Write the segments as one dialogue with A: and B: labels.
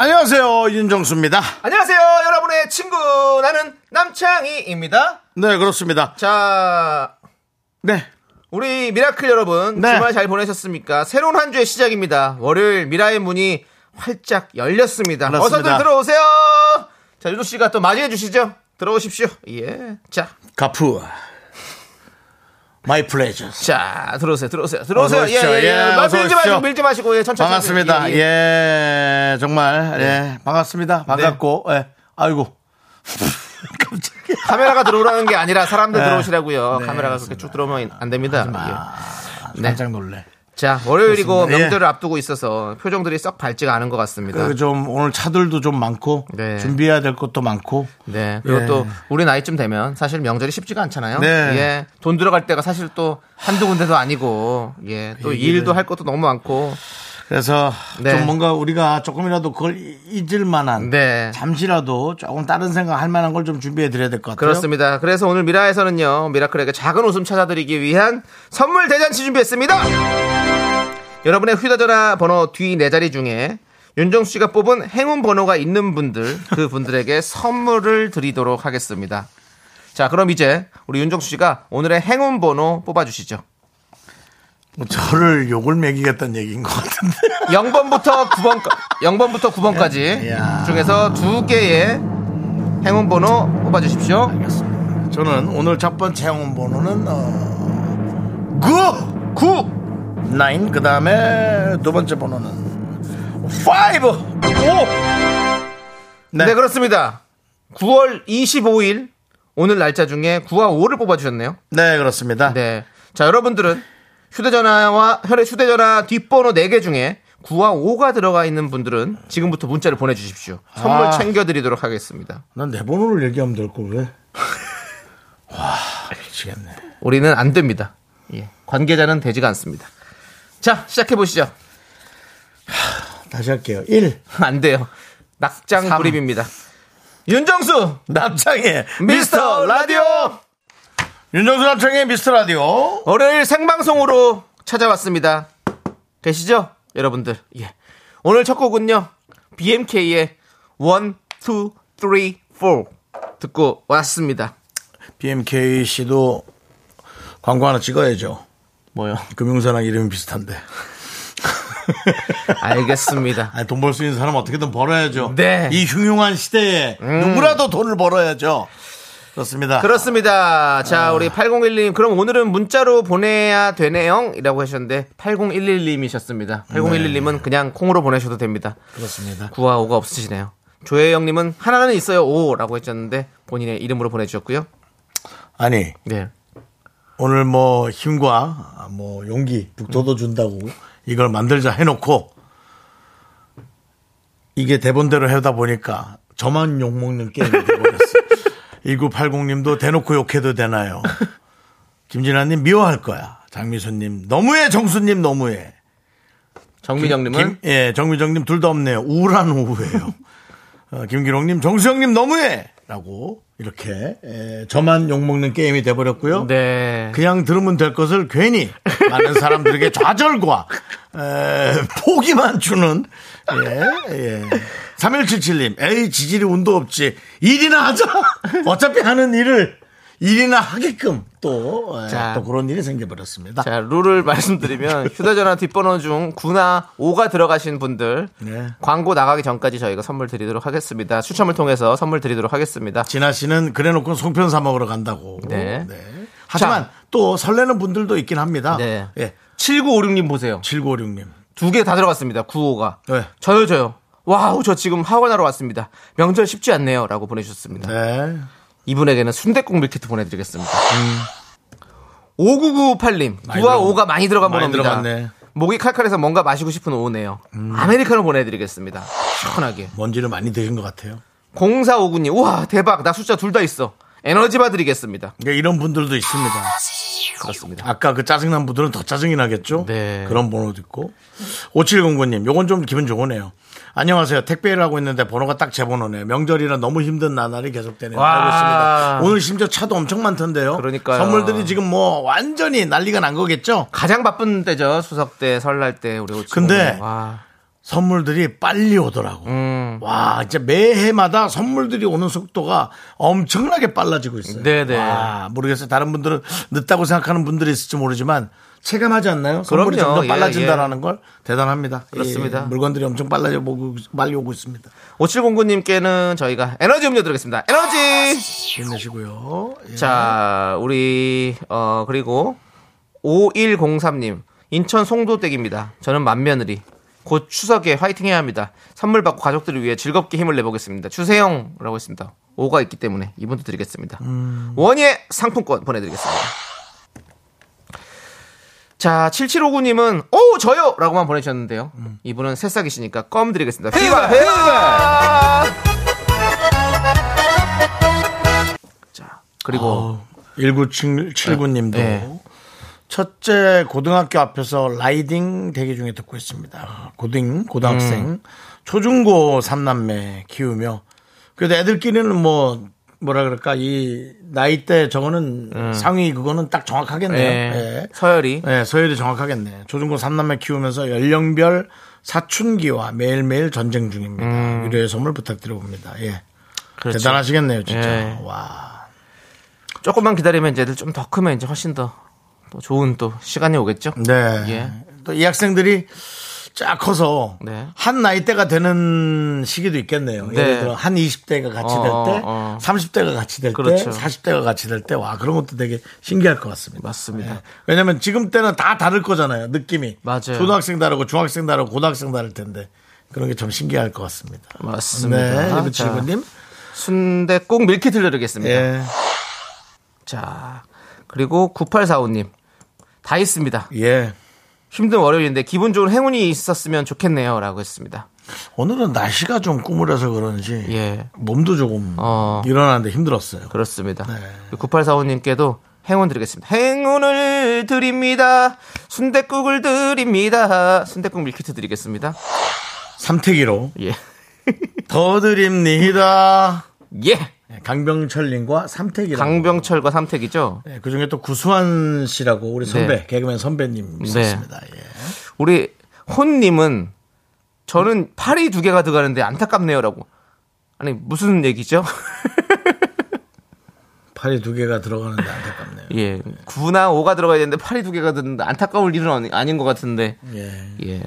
A: 안녕하세요 윤정수입니다.
B: 안녕하세요, 여러분의 친구 나는 남창희입니다.
A: 네 그렇습니다.
B: 자,
A: 네
B: 우리 미라클 여러분
A: 네.
B: 주말 잘 보내셨습니까? 새로운 한 주의 시작입니다. 월요일 미라의 문이 활짝 열렸습니다.
A: 그렇습니다.
B: 어서들 들어오세요. 자, 유도 씨가 또 맞이해 주시죠. 들어오십시오. 예. 자,
A: 가프 마이 플레저
B: 자, 들어오세요, 들어오세요, 들어오세요.
A: 어서 오십시오.
B: 예, 예,
A: 예,
B: 예. 말
A: 어서
B: 밀지
A: 오십시오.
B: 마시고, 밀지 마시고,
A: 어,
B: 예, 천천히.
A: 반갑습니다.
B: 천천히.
A: 예, 정말 예 반갑습니다. 반갑고 예 아이고 깜짝이야.
B: 카메라가 들어오라는 게 아니라 사람들
A: 네.
B: 들어오시라고요.
A: 네,
B: 카메라가 그렇게 쭉 들어오면 안 됩니다. 예. 네.
A: 아, 깜짝 놀래.
B: 자, 월요일이고
A: 그렇습니다. 예.
B: 명절을 앞두고 있어서 표정들이 썩 밝지가 않은 것 같습니다.
A: 그좀 오늘 차들도 좀 많고
B: 네.
A: 준비해야 될 것도 많고
B: 네. 그리고
A: 예.
B: 또 우리 나이쯤 되면 사실 명절이 쉽지가 않잖아요.
A: 네.
B: 예. 돈 들어갈 때가 사실 또 한두 군데도 아니고 예. 또 일도 할 것도 너무 많고.
A: 그래서
B: 네.
A: 좀 뭔가 우리가 조금이라도 그걸 잊을 만한
B: 네.
A: 잠시라도 조금 다른 생각 할 만한 걸 좀 준비해 드려야 될 것 같아요.
B: 그렇습니다. 그래서 오늘 미라에서는요. 미라클에게 작은 웃음 찾아드리기 위한 선물 대잔치 준비했습니다. 여러분의 휴대전화 번호 뒤 네 자리 중에 윤정수 씨가 뽑은 행운 번호가 있는 분들 그 분들에게 선물을 드리도록 하겠습니다. 자, 그럼 이제 우리 윤정수 씨가 오늘의 행운 번호 뽑아 주시죠.
A: 뭐 저를 욕을 먹이겠다는 얘기인 것 같은데.
B: 0번부터 9번 0번부터 9번까지
A: 야.
B: 중에서 두 개의 행운 번호 뽑아 주십시오.
A: 저는 오늘 첫 번째 행운 번호는 어, 9, 9, 9. 그 다음에 두 번째 번호는 5, 5.
B: 네. 그렇습니다. 9월 25일 오늘 날짜 중에 9와 5를 뽑아 주셨네요.
A: 네, 그렇습니다.
B: 네. 자, 여러분들은 휴대 전화와 휴대 전화 뒷번호 4개 중에 9와 5가 들어가 있는 분들은 지금부터 문자를 보내 주십시오. 선물
A: 아.
B: 챙겨 드리도록 하겠습니다.
A: 난 내 번호를 얘기하면 될 걸 왜? 와, 미치겠네.
B: 우리는 안 됩니다. 예. 관계자는 되지가 않습니다. 자, 시작해 보시죠.
A: 다시 할게요. 1.
B: 안 돼요. 낙장 불입입니다. 윤정수
A: 남창의
B: 미스터 라디오
A: 윤정수 남창의 미스터 라디오.
B: 월요일 생방송으로 찾아왔습니다. 계시죠, 여러분들? 예. 오늘 첫 곡은요. BMK의 1 2 3 4 듣고 왔습니다.
A: BMK 씨도 광고 하나 찍어야죠.
B: 뭐요?
A: 금융사랑 이름이 비슷한데.
B: 알겠습니다.
A: 아니, 돈 벌 수 있는 사람 어떻게든 벌어야죠.
B: 네.
A: 이 흉흉한 시대에 누구라도 돈을 벌어야죠. 음. 그렇습니다.
B: 그렇습니다. 자,
A: 아.
B: 우리 8011님, 그럼 오늘은 문자로 보내야 되네요? 이라고 하셨는데, 8011님이셨습니다.
A: 네.
B: 8011님은 그냥 콩으로 보내셔도 됩니다.
A: 그렇습니다.
B: 9와 5가 없으시네요. 조혜영님은 하나는 있어요, 5라고 했었는데, 본인의 이름으로 보내주셨고요.
A: 아니,
B: 네.
A: 오늘 뭐 힘과 뭐 용기 북돋워 준다고 이걸 만들자 해놓고 이게 대본대로 해다 보니까 저만 욕먹는 게임이 되버렸어요. 1980님도 대놓고 욕해도 되나요? 김진아님 미워할 거야. 장미수님 너무해 정수님 너무해.
B: 정민영님은
A: 김- 예, 정미정님 둘 다 없네요. 우울한 오후예요. 어, 김기록님, 정수영님 너무해!라고 이렇게 예, 저만 욕 먹는 게임이 돼버렸고요.
B: 네.
A: 그냥 들으면 될 것을 괜히 많은 사람들에게 좌절과 에, 포기만 주는 예, 예. 3177님 에이 지질이 운도 없지 일이나 하자 어차피 하는 일을 일이나 하게끔 또, 예,
B: 자.
A: 또 그런 일이 생겨버렸습니다
B: 자, 룰을 말씀드리면 휴대전화 뒷번호 중 9나 5가 들어가신 분들
A: 네.
B: 광고 나가기 전까지 저희가 선물 드리도록 하겠습니다. 추첨을 통해서 선물 드리도록 하겠습니다.
A: 진아 씨는 그래놓고 송편 사 먹으러 간다고
B: 네.
A: 하지만
B: 자.
A: 또 설레는 분들도 있긴 합니다
B: 네.
A: 예.
B: 7956님 보세요.
A: 7956님
B: 두 개 다 들어갔습니다. 9호가.
A: 네.
B: 저요, 저요. 와우, 저 지금 학원하러 왔습니다. 명절 쉽지 않네요. 라고 보내주셨습니다.
A: 네.
B: 이분에게는 순대국 밀키트 보내드리겠습니다. 음. 5998님, 9와
A: 들어가-
B: 5가 많이 들어간
A: 많이
B: 번호입니다.
A: 들어갔네.
B: 음. 목이 칼칼해서 뭔가 마시고 싶은 오네요. 아메리카노 보내드리겠습니다. 시원하게.
A: 먼지를 많이 드신 것 같아요.
B: 0459님, 우와, 대박. 나 숫자 둘 다 있어. 에너지 받드리겠습니다.
A: 그러니까 이런 분들도 있습니다.
B: 그렇습니다.
A: 아까 그 짜증난 분들은 더 짜증이 나겠죠?
B: 네.
A: 그런 번호도 있고. 5709님, 요건 좀 기분 좋으네요. 안녕하세요. 택배를 하고 있는데 번호가 딱 제 번호네요. 명절이라 너무 힘든 나날이 계속되네요.
B: 와.
A: 알고 있습니다. 오늘 심지어 차도 엄청 많던데요.
B: 그러니까요.
A: 선물들이 지금 뭐 완전히 난리가 난 거겠죠?
B: 가장 바쁜 때죠. 수석 때, 설날 때, 우리 오치.
A: 근데-
B: 와,
A: 선물들이 빨리 오더라고.
B: 음.
A: 와, 진짜 매해마다 선물들이 오는 속도가 엄청나게 빨라지고 있어요.
B: 네네.
A: 와, 모르겠어요. 다른 분들은 늦다고 생각하는 분들이 있을지 모르지만 체감하지 않나요? 선물이
B: 그럼요.
A: 점점
B: 예,
A: 빨라진다라는 걸 대단합니다.
B: 그렇습니다.
A: 예, 물건들이 엄청 빨라져 보고 빨리 오고 있습니다.
B: 5709님께는 저희가 에너지 음료 드리겠습니다. 에너지!
A: 힘내시고요. 예.
B: 자, 우리 어 그리고 5103님 인천 송도댁입니다. 저는 맏며느리. 곧 추석에 화이팅해야 합니다. 선물 받고 가족들을 위해 즐겁게 힘을 내보겠습니다. 추세영이라고 했습니다. 5가 있기 때문에 이분도 드리겠습니다. 원예 상품권 보내드리겠습니다. 자, 7759님은 오 저요 라고만 보내주셨는데요. 이분은 새싹이시니까 껌 드리겠습니다. 휘발 휘발. 자, 그리고
A: 어, 1979님도
B: 뭐. 네.
A: 첫째 고등학교 앞에서 라이딩 대기 중에 듣고
B: 아.
A: 있습니다. 고등 고등학생
B: 음.
A: 초중고 삼남매 키우며 그래도 애들끼리는 뭐 뭐라 그럴까 이 나이 대 저거는 상위 그거는 딱 정확하겠네요.
B: 음. 네.
A: 예.
B: 서열이
A: 네, 서열이 정확하겠네. 조중고 삼남매 키우면서 연령별 사춘기와 매일매일 전쟁 중입니다. 유료의 선물 부탁드려봅니다. 예.
B: 음. 그렇죠.
A: 대단하시겠네요, 진짜.
B: 예.
A: 와.
B: 조금만 기다리면 이제 애들 좀 더 크면 이제 훨씬 더 또 좋은 또 시간이 오겠죠.
A: 네. 또 이 학생들이 쫙 커서
B: 예. 네.
A: 한 나이대가 되는 시기도 있겠네요. 예를
B: 네.
A: 들어 한 20대가 같이 될
B: 어,
A: 때,
B: 어.
A: 30대가 같이 될 때,
B: 그렇죠.
A: 40대가 같이 될 때, 와 그런 것도 되게 신기할 것 같습니다. 네.
B: 맞습니다.
A: 왜냐하면 지금 때는 다 다를 거잖아요. 느낌이.
B: 맞아요.
A: 초등학생 다르고 중학생 다르고 고등학생 다를 텐데 그런 게 좀 신기할 것 같습니다.
B: 맞습니다.
A: 네,
B: 자.
A: 1979님.
B: 순대 꼭 밀키트 드리겠습니다.
A: 예,
B: 자 그리고 9845님 다 있습니다.
A: 예.
B: 힘든 월요일인데 기분 좋은 행운이 있었으면 좋겠네요라고 했습니다.
A: 오늘은 날씨가 좀 꾸물해서 그런지
B: 예.
A: 몸도 조금
B: 어.
A: 일어나는데 힘들었어요.
B: 그렇습니다.
A: 네.
B: 9845님께도 행운 드리겠습니다. 행운을 드립니다. 순대국을 드립니다. 순대국 밀키트 드리겠습니다.
A: 삼태기로
B: 예.
A: 더 드립니다. 네,
B: 예.
A: 강병철님과 삼태기랑
B: 강병철과 삼택이죠.
A: 네, 그중에 또 구수한 씨라고 우리 선배
B: 네.
A: 개그맨 선배님 있었습니다. 예.
B: 우리 혼님은 저는 팔이 두 개가 들어가는데 안타깝네요라고. 아니 무슨 얘기죠?
A: 팔이 두 개가 들어가는데 안타깝네요.
B: 예, 구나 오가 들어가야 되는데 팔이 두 개가 드는데 안타까울 일은 아니- 아닌 것 같은데.
A: 예.
B: 예,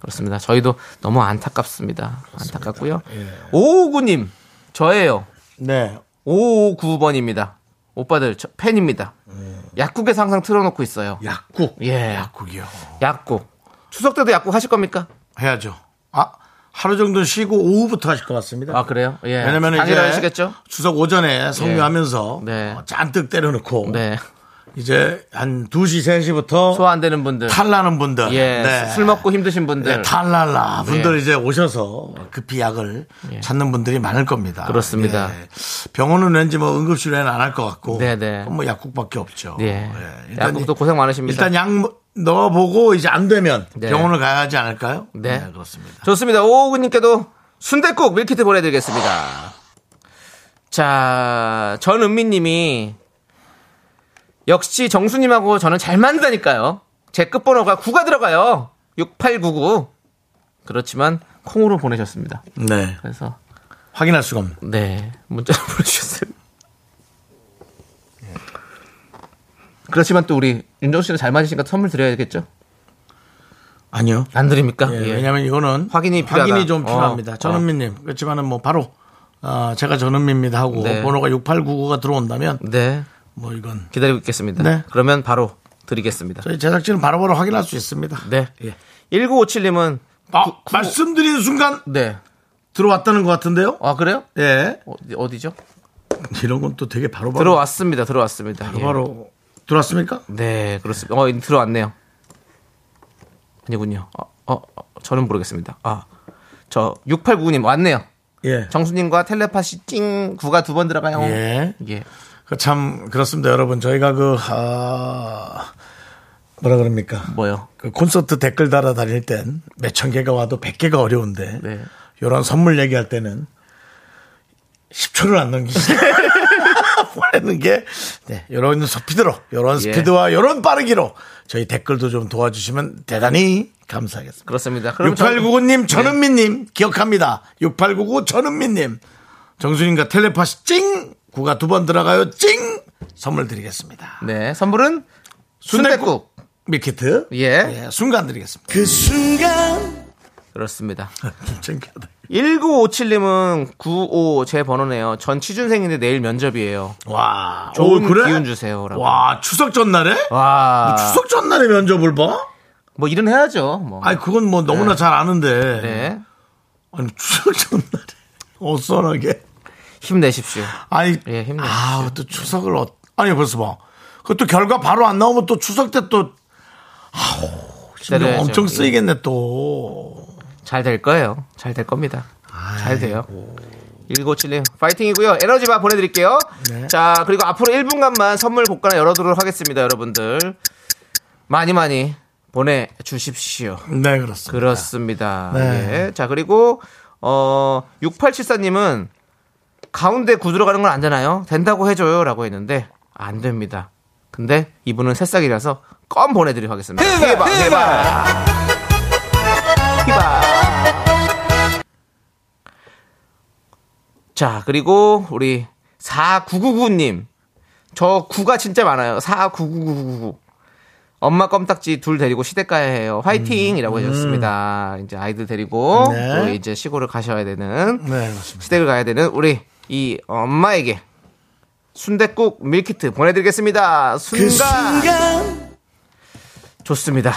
B: 그렇습니다. 저희도 너무 안타깝습니다. 안타깝고요.
A: 예.
B: 오오구님 저예요.
A: 네.
B: 559번입니다. 오빠들 저, 팬입니다.
A: 예.
B: 약국에서 항상 틀어놓고 있어요.
A: 약국.
B: 예.
A: 약국이요.
B: 약국. 추석 때도 약국 하실 겁니까?
A: 해야죠. 아 하루 정도 쉬고 오후부터 하실 것 같습니다.
B: 아 그래요? 예.
A: 왜냐면 이제
B: 당일 하시겠죠?
A: 추석 오전에 성묘하면서
B: 네.
A: 어, 잔뜩 때려놓고
B: 네.
A: 이제 한 2시 3시부터
B: 소화 안 되는 분들.
A: 탈나는 분들
B: 예.
A: 네.
B: 술 먹고 힘드신 분들.
A: 네, 탈랄라 분들
B: 예.
A: 이제 오셔서 급히 약을 찾는 분들이 많을 겁니다.
B: 그렇습니다.
A: 예. 병원은 왠지 뭐 응급실에는 안 할 것 같고,
B: 네네.
A: 그럼 뭐 약국밖에 없죠.
B: 예.
A: 예. 일단
B: 약국도
A: 이-
B: 고생 많으십니다.
A: 일단 약뭐 넣어보고 이제 안 되면
B: 네.
A: 병원을 가야 하지 않을까요?
B: 네.
A: 그렇습니다.
B: 좋습니다. 오오구님께도 순대국 밀키트 보내드리겠습니다. 자, 전은미님이 역시 정수님하고 저는 잘 맞는다니까요. 제 끝번호가 9가 들어가요. 6899. 그렇지만 콩으로 보내셨습니다.
A: 네.
B: 그래서
A: 확인할 수가 없는.
B: 네 문자를 보내주셨어요. 그렇지만 또 우리 윤정 씨는 잘 맞으시니까 선물 드려야겠죠?
A: 아니요.
B: 안 드립니까?
A: 예,
B: 예.
A: 왜냐하면 이거는
B: 확인이
A: 확인이 좀
B: 필요하다.
A: 필요합니다.
B: 어,
A: 전은미님 그렇지만은 뭐 바로 어, 제가 전은미입니다 하고
B: 네.
A: 번호가 6899가 들어온다면
B: 네.
A: 뭐 이건
B: 기다리고 있겠습니다.
A: 네.
B: 그러면 바로 드리겠습니다.
A: 저희 제작진은 바로바로 확인할 수 있습니다.
B: 네.
A: 예.
B: 1957님은
A: 아, 말씀드린 순간
B: 네.
A: 들어왔다는 것 같은데요?
B: 아 그래요?
A: 예.
B: 어디, 어디죠?
A: 이런 건 또 되게 바로바로.
B: 들어왔습니다. 들어왔습니다. 예.
A: 바로바로. 들어왔습니까?
B: 네, 그렇습니다. 어, 들어왔네요. 아니군요. 어, 어, 어, 저는 모르겠습니다. 아. 저 6899님 왔네요.
A: 예.
B: 정수님과 텔레파시 찡 구가 두 번 들어가요.
A: 예.
B: 예.
A: 그 참, 그렇습니다, 여러분. 저희가 그, 아, 뭐라 그럽니까?
B: 뭐요?
A: 그 콘서트 댓글 달아 다닐 땐 몇 천 개가 와도 백 개가 어려운데
B: 네.
A: 이런 선물 얘기할 때는 10초를 안 넘기시 보내는 게 네, 이런 스피드로
B: 예.
A: 이런 스피드와 이런 빠르기로 저희 댓글도 좀 도와주시면 대단히 감사하겠습니다.
B: 그렇습니다. 그럼 네. 저-
A: 6899님 전은미님 기억합니다. 6899 전은미님 정수님과 텔레파시 찡 구가 두 번 들어가요 찡 선물 드리겠습니다.
B: 네. 선물은
A: 순댓국.
B: 순대국.
A: 밀키트
B: 예.
A: 순간 드리겠습니다. 그 순간
B: 그렇습니다.
A: 창피하다.
B: 1957님은 95 제 번호네요. 전 취준생인데 내일 면접이에요.
A: 와,
B: 좋은 기운 주세요라고.
A: 어, 와, 추석 전날에?
B: 와.
A: 추석 전날에 면접을 봐?
B: 뭐 일은 해야죠. 뭐.
A: 아니, 그건 뭐 너무나 잘 아는데.
B: 네.
A: 아니, 추석 전날에. 어선하게.
B: 힘내십시오.
A: 아니,
B: 예, 힘내십시오.
A: 아, 또 추석을, 어, 아니, 벌써 봐. 그것도 결과 바로 안 나오면 또 추석 때 또, 아우, 신경
B: 기다려야죠.
A: 엄청
B: 예.
A: 쓰이겠네, 또.
B: 잘 될 거예요. 잘 될 겁니다. 잘 돼요. 1957님 파이팅이고요. 에너지바 보내드릴게요.
A: 네.
B: 자 그리고 앞으로 1분간만 선물 복관을 열어두도록 하겠습니다. 여러분들 많이 많이 보내주십시오.
A: 네, 그렇습니다.
B: 그렇습니다.
A: 네.
B: 예. 자 그리고 어 6874님은 가운데 구 들어가는 건 안 되나요? 된다고 해줘요라고 했는데 안 됩니다. 근데 이분은 새싹이라서 껌 보내드리도록 하겠습니다. 히바 히바 히바. 자 그리고 우리 4999님 저 구가 진짜 많아요. 499999. 엄마 껌딱지 둘 데리고 시댁가야 해요. 화이팅이라고 해주셨습니다. 이제 아이들 데리고
A: 음, 네.
B: 또 이제 시골을 가셔야 되는
A: 네, 그렇습니다.
B: 시댁을 가야 되는 우리 이 엄마에게 순댓국 밀키트 보내드리겠습니다.
A: 그
B: 순간. 좋습니다.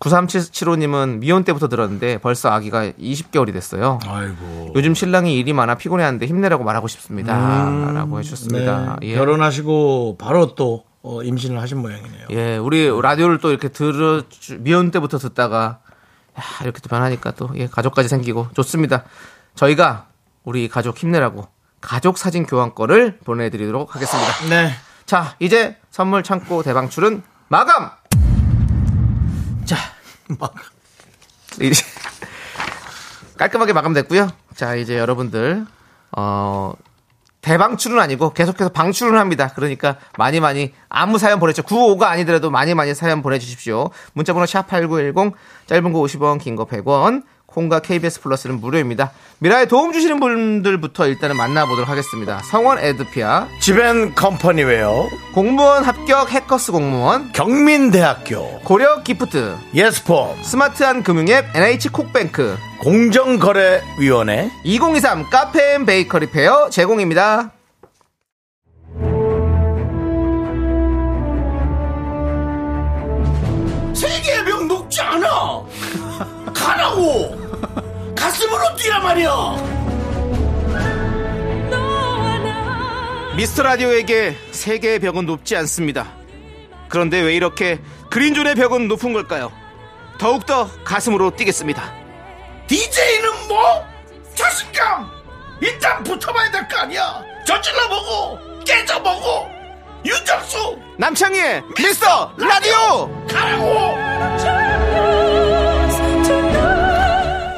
B: 9375님은 미혼 때부터 들었는데 벌써 아기가 20개월이 됐어요.
A: 아이고.
B: 요즘 신랑이 일이 많아 피곤해하는데 힘내라고 말하고 싶습니다. 라고 해주셨습니다.
A: 음, 네,
B: 예.
A: 결혼하시고 바로 또 어, 임신을 하신 모양이네요.
B: 예, 우리 라디오를 또 이렇게 들어 미혼 때부터 듣다가 야, 이렇게 또 변하니까 또 예, 가족까지 생기고 좋습니다. 저희가 우리 가족 힘내라고 가족 사진 교환권을 보내드리도록 하겠습니다.
A: 네.
B: 자, 이제 선물 창고 대방출은 마감. 자,
A: 막.
B: 이제 깔끔하게 마감됐고요. 자, 이제 여러분들 어 대방출은 아니고 계속해서 방출은 합니다. 그러니까 많이 많이 아무 사연 보내죠. 95가 아니더라도 많이 많이 사연 보내주십시오. 문자번호 샵8910 짧은 거 50원 긴 거 100원 콩과 KBS 플러스는 무료입니다. 미라에 도움 주시는 분들부터 일단은 만나보도록 하겠습니다. 성원 에드피아
A: 집엔 컴퍼니웨어,
B: 공무원 합격 해커스 공무원
A: 경민대학교,
B: 고려 기프트
A: 예스폼,
B: 스마트한 금융앱 NH 콕뱅크
A: 공정거래위원회
B: 2023 카페 앤 베이커리 페어 제공입니다.
A: 세계의 병 녹지 않아 가라고 가슴으로 뛰란 말이야
B: 미스터 라디오에게 세계의 벽은 높지 않습니다. 그런데 왜 이렇게 그린존의 벽은 높은 걸까요? 더욱더 가슴으로 뛰겠습니다.
A: DJ는 뭐? 자신감 일단 붙어봐야 될 거 아니야 저질러보고 깨져보고 윤정수
B: 남창희의 미스터 라디오!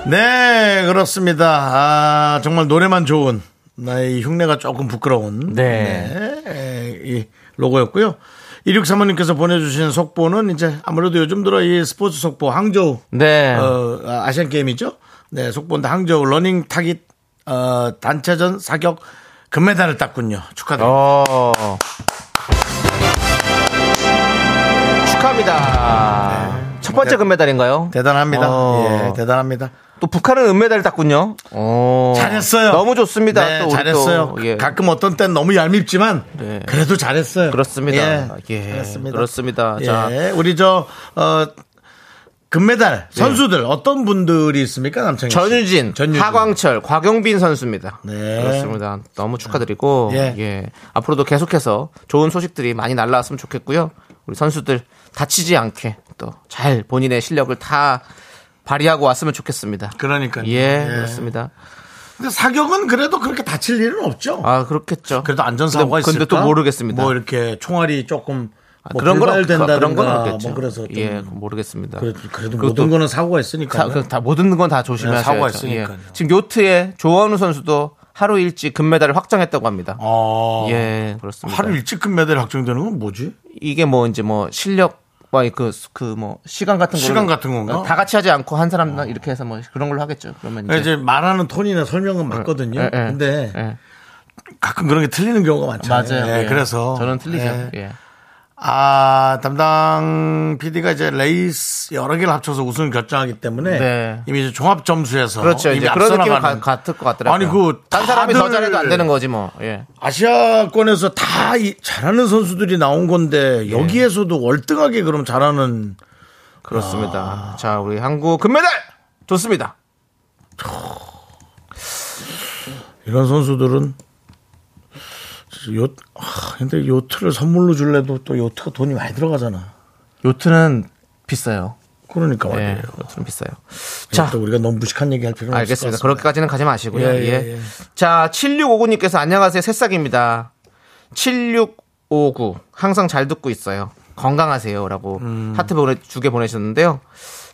A: 네 그렇습니다 아 정말 노래만 좋은 나의 흉내가 조금 부끄러운 네. 에, 이 로고였고요 2635님께서 보내주신 속보는 이제 아무래도 요즘 들어 이 스포츠 속보 항저우
B: 네.
A: 어, 아, 아시안 게임이죠. 네, 속보인데 항저우 러닝 타깃 어, 단체전 사격 금메달을 땄군요. 축하드립니다.
B: 어. 축하합니다.
A: 네.
B: 첫 번째 금메달인가요?
A: 대단합니다.
B: 어.
A: 예, 대단합니다.
B: 또 북한은 은메달을 땄군요. 어.
A: 잘했어요.
B: 너무 좋습니다.
A: 네,
B: 또 우리
A: 잘했어요.
B: 또, 예.
A: 가끔 어떤 땐 너무 얄밉지만
B: 네.
A: 그래도 잘했어요.
B: 그렇습니다.
A: 예,
B: 예,
A: 그렇습니다.
B: 그렇습니다.
A: 예,
B: 자.
A: 우리 저 어, 금메달 선수들 어떤 분들이 있습니까, 남창희 씨?
B: 예. 네. 전유진,
A: 전유진.
B: 하광철, 곽용빈 선수입니다.
A: 네.
B: 그렇습니다. 너무 축하드리고
A: 예.
B: 예. 앞으로도 계속해서 좋은 소식들이 많이 날라왔으면 좋겠고요. 우리 선수들 다치지 않게 또 잘 본인의 실력을 다 발휘하고 왔으면 좋겠습니다.
A: 그러니까요.
B: 예, 그렇습니다.
A: 근데 사격은 그래도 그렇게 다칠 일은 없죠.
B: 아, 그렇겠죠.
A: 그래도 안전사고가
B: 근데-
A: 있을까?
B: 근데 또 모르겠습니다.
A: 뭐 이렇게 총알이 조금
B: 아,
A: 뭐
B: 그런 건 없-
A: 된다든가
B: 그런 건 없겠죠.
A: 뭐 그래서 좀
B: 예, 모르겠습니다.
A: 그래도, 그래도
B: 그리고
A: 모든
B: 또
A: 거는 사고가 있으니까.
B: 사- 그다 모든 건 다 조심하셔야죠.
A: 네, 사고가 있으니까요.
B: 예. 지금 요트에 조원우 선수도 하루 일찍 금메달을 확정했다고 합니다.
A: 아,
B: 예, 그렇습니다.
A: 하루 일찍 금메달 확정되는 건 뭐지?
B: 이게 뭐 이제 뭐 실력과 그그 뭐 시간 같은 거
A: 시간 같은 건가?
B: 다 같이 하지 않고 한 사람 당 이렇게 해서 뭐 그런 걸로 하겠죠. 그러면 이제,
A: 네, 이제 말하는 톤이나 설명은 맞거든요.
B: 예, 예,
A: 근데
B: 예.
A: 가끔 그런 게 틀리는 경우가 많잖아요.
B: 맞아요.
A: 예,
B: 예.
A: 그래서
B: 저는 틀리죠.
A: 예.
B: 예.
A: 아, 담당 PD가 이제 레이스 여러 개를 합쳐서 우승을 결정하기 때문에
B: 네.
A: 이미 이제 종합 점수에서
B: 그렇죠.
A: 어, 이미
B: 이제 그런 느낌은 가-
A: 앞서나가는.
B: 같을 것 같더라고요.
A: 아니 그
B: 딴 사람이 더
A: 다들
B: 잘해도 안 되는 거지 뭐. 예.
A: 아시아권에서 다 이- 잘하는 선수들이 나온 건데
B: 예.
A: 여기에서도 월등하게 그럼 잘하는 아.
B: 그렇습니다. 자, 우리 한국 금메달 좋습니다.
A: 이런 선수들은 진짜 요 아, 근데 요트를 선물로 줄래도 또 요트가 돈이 많이 들어가잖아.
B: 요트는 비싸요.
A: 그러니까 말이에요.
B: 예, 요트는 비싸요.
A: 자,
B: 자,
A: 우리가 너무 무식한 얘기 할 필요는
B: 알겠습니다.
A: 없을 것 같습니다.
B: 그렇게까지는 가지 마시고요.
A: 네, 예,
B: 예,
A: 예, 예.
B: 자, 7659님께서 안녕하세요. 새싹입니다. 7659. 항상 잘 듣고 있어요. 건강하세요. 라고
A: 음.
B: 하트 보내, 두개 보내셨는데요.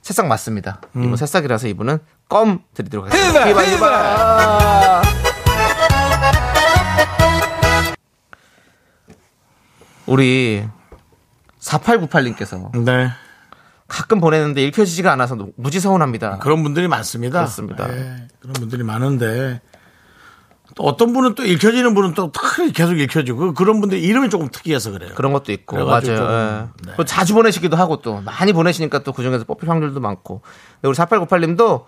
B: 새싹 맞습니다.
A: 음.
B: 이분 새싹이라서 이분은 껌 드리도록 하겠습니다. 히바, 히바. 우리 4898님께서
A: 네.
B: 가끔 보내는데 읽혀지지가 않아서 무지 서운합니다.
A: 그런 분들이 많습니다.
B: 그렇습니다.
A: 예, 그런 분들이 많은데 또 어떤 분은 또 읽혀지는 분은 또 특히 계속 읽혀지고 그런 분들 이름이 조금 특이해서 그래요.
B: 그런 것도 있고
A: 그래가지고 네.
B: 맞아요.
A: 조금,
B: 예. 그리고 자주 보내시기도 하고 또 많이 보내시니까 또 그중에서 뽑힐 확률도 많고 근데 우리 4898님도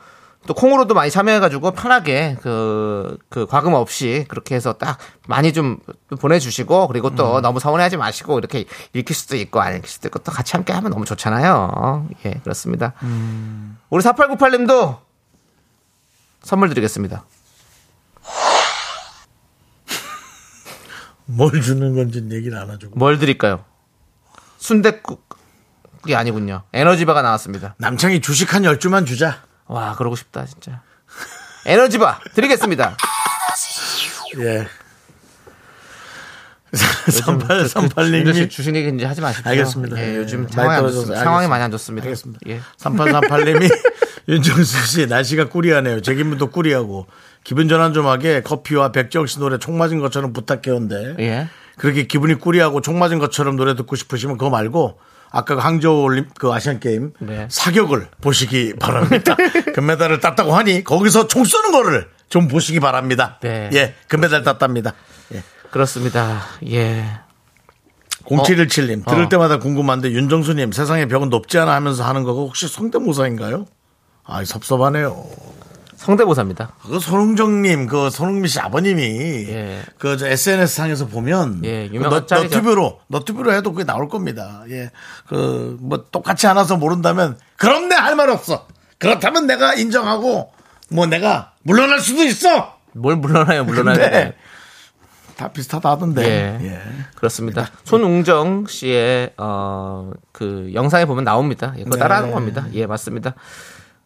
B: 또 콩으로도 많이 참여해가지고 편하게 그, 그 과금 없이 그렇게 해서 딱 많이 좀 보내주시고 그리고 또
A: 음.
B: 너무 서운해하지 마시고 이렇게 읽힐 수도 있고 안 읽힐 수도 있고 또 같이 함께 하면 너무 좋잖아요. 예 그렇습니다.
A: 음.
B: 우리 4898님도 선물 드리겠습니다.
A: 뭘 주는 건지 얘기를 안 하죠.
B: 뭘 드릴까요? 순대국이 아니군요. 에너지바가 나왔습니다.
A: 남창이 주식 한 열주만 주자.
B: 와 그러고 싶다 진짜 에너지바 드리겠습니다
A: 예. 3838님이
B: 주신얘기 이제 하지 마십시오
A: 알겠습니다.
B: 예, 요즘
A: 예,
B: 상황이,
A: 많이
B: 안
A: 떨어져서
B: 좋습니다. 상황이
A: 알겠습니다.
B: 많이 안 좋습니다
A: 알겠습니다.
B: 예.
A: 3838님이 윤정수 씨 날씨가 꾸리하네요. 제 기분도 꾸리하고 기분 전환 좀 하게 커피와 백지영 씨 노래 총 맞은 것처럼 부탁해온데
B: 예.
A: 그렇게 기분이 꾸리하고 총 맞은 것처럼 노래 듣고 싶으시면 그거 말고 아까 그 항저우 올림 그 아시안 게임
B: 네.
A: 사격을 보시기 바랍니다. 금메달을 땄다고 하니 거기서 총 쏘는 거를 좀 보시기 바랍니다.
B: 네.
A: 예, 금메달 땄답니다.
B: 그렇습니다 예
A: 0717님 들을
B: 어.
A: 때마다 궁금한데 윤정수님 세상의 벽은 높지 않아 하면서 하는 거가 혹시 성대모사인가요? 아 섭섭하네요.
B: 성대모사입니다
A: 그 손흥정님 그 손흥민 씨 아버님이
B: 예.
A: 그저 SNS 상에서 보면
B: 예,
A: 그
B: 유명한
A: 너-
B: 짤이죠.
A: 너튜브로 너튜브로 해도 그게 나올 겁니다. 예, 그 뭐 똑같이 않아서 모른다면 그럼 내 할 말 없어. 그렇다면 내가 인정하고 뭐 내가 물러날 수도 있어.
B: 뭘
A: 네.
B: 물러나요 물러나요
A: 근데 다 비슷하다 하던데.
B: 예. 그렇습니다 손웅정 씨의 어 그 영상에 보면 나옵니다 예, 그거
A: 네.
B: 따라하는 겁니다 예 맞습니다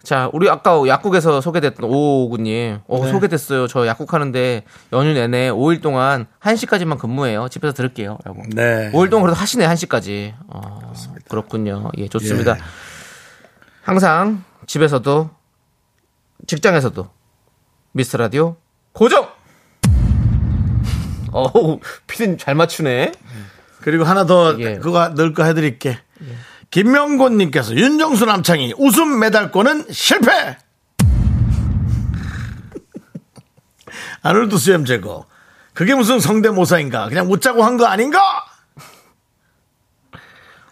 B: 자 우리 아까 약국에서 소개됐던 오오구님 어
A: 네.
B: 소개됐어요 저 약국 하는데 연휴 내내 5일 동안 1시까지만 근무해요 집에서 들을게요 라고
A: 네.
B: 5일 동안 그래도 하시네 1시까지 어, 그렇군요 예 좋습니다
A: 예.
B: 항상 집에서도 직장에서도 미스 라디오 고정 어우 피디님 잘 맞추네
A: 그리고 하나 더
B: 예.
A: 그거 넣을 거 해드릴게. 김명곤님께서 윤정수 남창이 웃음 메달권은 실패. 아놀드 수염 제거. 그게 무슨 성대모사인가? 그냥 웃자고 한 거 아닌가?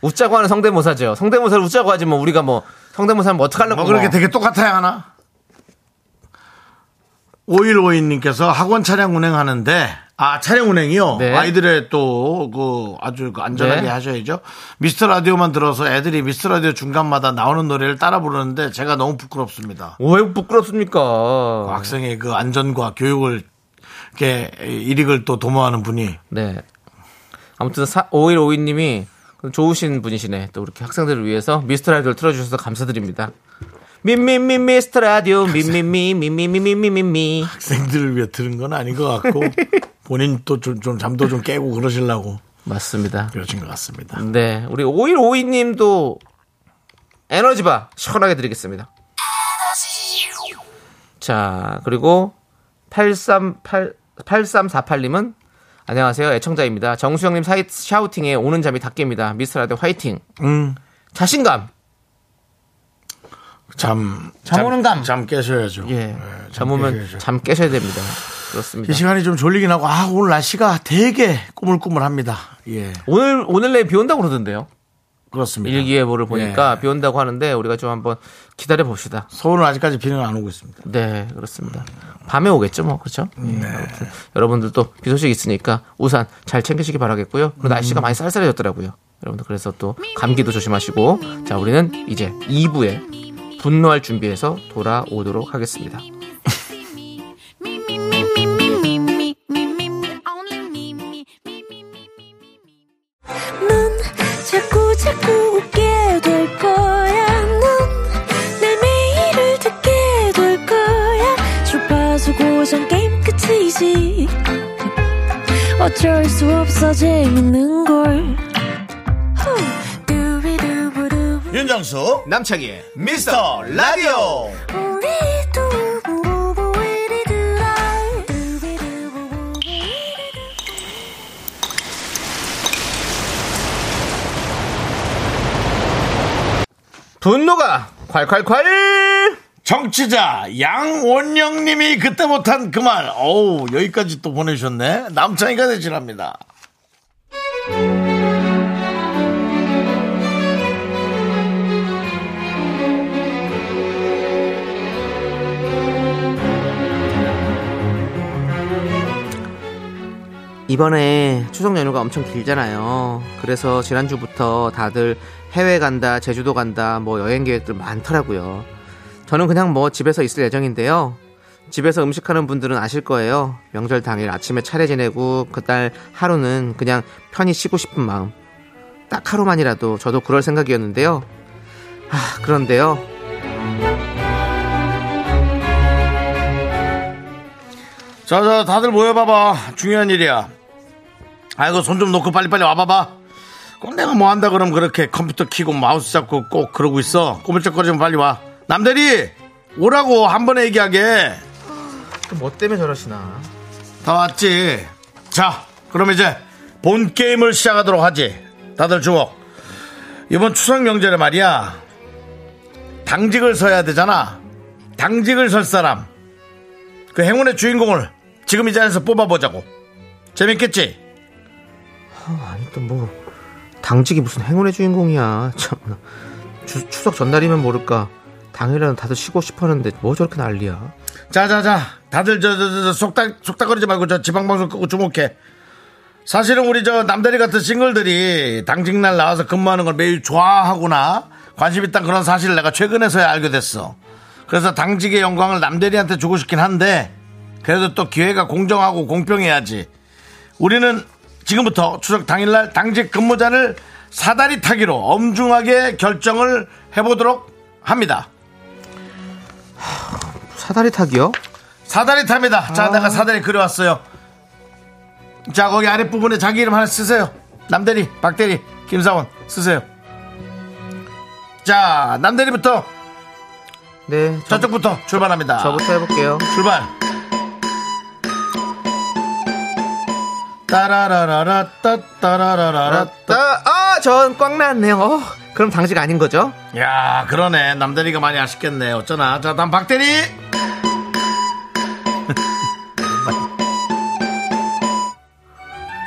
B: 웃자고 하는 성대모사죠 성대모사를 웃자고 하지 뭐 우리가 뭐 성대모사는 뭐 어떡하려고
A: 뭐 그렇게 되게 똑같아야 하나? 5152님께서 학원 차량 운행하는데, 아, 차량 운행이요?
B: 네.
A: 아이들의 또, 그, 아주 그 안전하게
B: 네.
A: 하셔야죠. 미스터 라디오만 들어서 애들이 미스터 라디오 중간마다 나오는 노래를 따라 부르는데 제가 너무 부끄럽습니다.
B: 뭐. 왜 부끄럽습니까
A: 학생의 그 안전과 교육을, 이렇게 일익을 또 도모하는 분이.
B: 네 아무튼 5152님이 좋으신 분이시네 또 이렇게 학생들을 위해서 미스터 라디오를 틀어주셔서 감사드립니다 미미미 미스터 라디오 미미미 미미미미미미
A: 학생들을 위해 들은 건 아닌 것 같고 본인 또 좀 잠도 좀 깨고 그러시려고
B: 맞습니다.
A: 그러신 것 같습니다.
B: 네, 우리 5152님도 에너지바 시원하게 드리겠습니다. 자, 그리고 838 8348님은 안녕하세요. 애청자입니다. 정수영님 사이 샤우팅에 오는 잠이 다 깹니다. 미스터라디오 화이팅.
A: 음,
B: 자신감.
A: 잠,
B: 잠 오는 감.
A: 잠 깨셔야죠.
B: 예.
A: 네,
B: 잠 오면
A: 깨셔야죠.
B: 잠 깨셔야 됩니다. 그렇습니다.
A: 이 시간이 좀 졸리긴 하고 아 오늘 날씨가 되게 꾸물꾸물합니다. 예,
B: 오늘 오늘 내비 온다고 그러던데요.
A: 그렇습니다.
B: 일기예보를 보니까
A: 네.
B: 비 온다고 하는데 우리가 좀 한번 기다려 봅시다.
A: 서울은 아직까지 비는 안 오고 있습니다.
B: 네, 그렇습니다. 밤에 오겠죠, 뭐 그렇죠. 예, 아무튼 여러분들도 비 소식 있으니까 우산 잘 챙기시기 바라겠고요. 그리고 날씨가 많이 쌀쌀해졌더라고요. 여러분들 그래서 또 감기도 조심하시고 자 우리는 이제 2부에 분노할 준비해서 돌아오도록 하겠습니다.
C: 넌 자꾸 자꾸 웃게 될 거야. 넌내 매일을 듣게 될 거야. 주파수 고정 게임 끝이지. 어쩔 수 없어 재밌는 걸. 후. 두비두부두.
A: 윤정수
B: 남창희의
A: 미스터 라디오.
C: 우리 두부부부 우리 두라. 두비두부부 우리 두라.
B: 분노가 콸콸콸!
A: 정치자 양원영님이 그때 못한 그 말. 어우 여기까지 또 보내주셨네. 남창이가 대신합니다.
B: 이번에 추석 연휴가 엄청 길잖아요. 그래서 지난주부터 다들 해외 간다, 제주도 간다, 뭐 여행 계획들 많더라고요. 저는 그냥 뭐 집에서 있을 예정인데요. 집에서 음식하는 분들은 아실 거예요. 명절 당일 아침에 차례 지내고 그날 하루는 그냥 편히 쉬고 싶은 마음. 딱 하루만이라도 저도 그럴 생각이었는데요. 아, 그런데요.
A: 자자 다들 모여봐봐. 중요한 일이야. 아이고 손 좀 놓고 빨리빨리 와봐봐. 꼭 내가 뭐 한다 그럼 그렇게 컴퓨터 키고 마우스 잡고 꼭 그러고 있어. 꼬물짝거리면 빨리 와. 남대리 오라고 한 번에 얘기하게.
B: 뭐 때문에 저러시나.
A: 다 왔지. 자, 그럼 이제 본 게임을 시작하도록 하지. 다들 주목. 이번 추석 명절에 말이야. 당직을 서야 되잖아. 당직을 설 사람. 그 행운의 주인공을 지금 이 자리에서 뽑아보자고. 재밌겠지?
B: 아니 또 뭐 당직이 무슨 행운의 주인공이야 참 주- 추석 전날이면 모를까 당일에는 다들 쉬고 싶었는데 뭐 저렇게 난리야
A: 자자자 다들 저 저 저 속닥 속닥거리지 말고 저 지방방송 끄고 주목해 사실은 우리 저 남다리 같은 싱글들이 당직날 나와서 근무하는 걸 매우 좋아하구나 관심 있다 그런 사실을 내가 최근에서야 알게 됐어 그래서 당직의 영광을 남대리한테 주고 싶긴 한데 그래도 또 기회가 공정하고 공평해야지 우리는 지금부터 추석 당일날 당직 근무자를 사다리 타기로 엄중하게 결정을 해보도록 합니다
B: 사다리 타기요?
A: 사다리 탑니다.
B: 아.
A: 자, 내가 사다리 그려왔어요. 자, 거기 아랫부분에 자기 이름 하나 쓰세요. 남대리, 박대리, 김사원 쓰세요. 자, 남대리부터
B: 네 저,
A: 저쪽부터 출발합니다.
B: 저부터 해볼게요
A: 출발. 따라라라라 따따라라라 따.
B: 아전 꽝 났네요 어, 그럼 당직 아닌 거죠?
A: 야, 그러네. 남대리가 많이 아쉽겠네. 어쩌나. 자, 다음 박대리.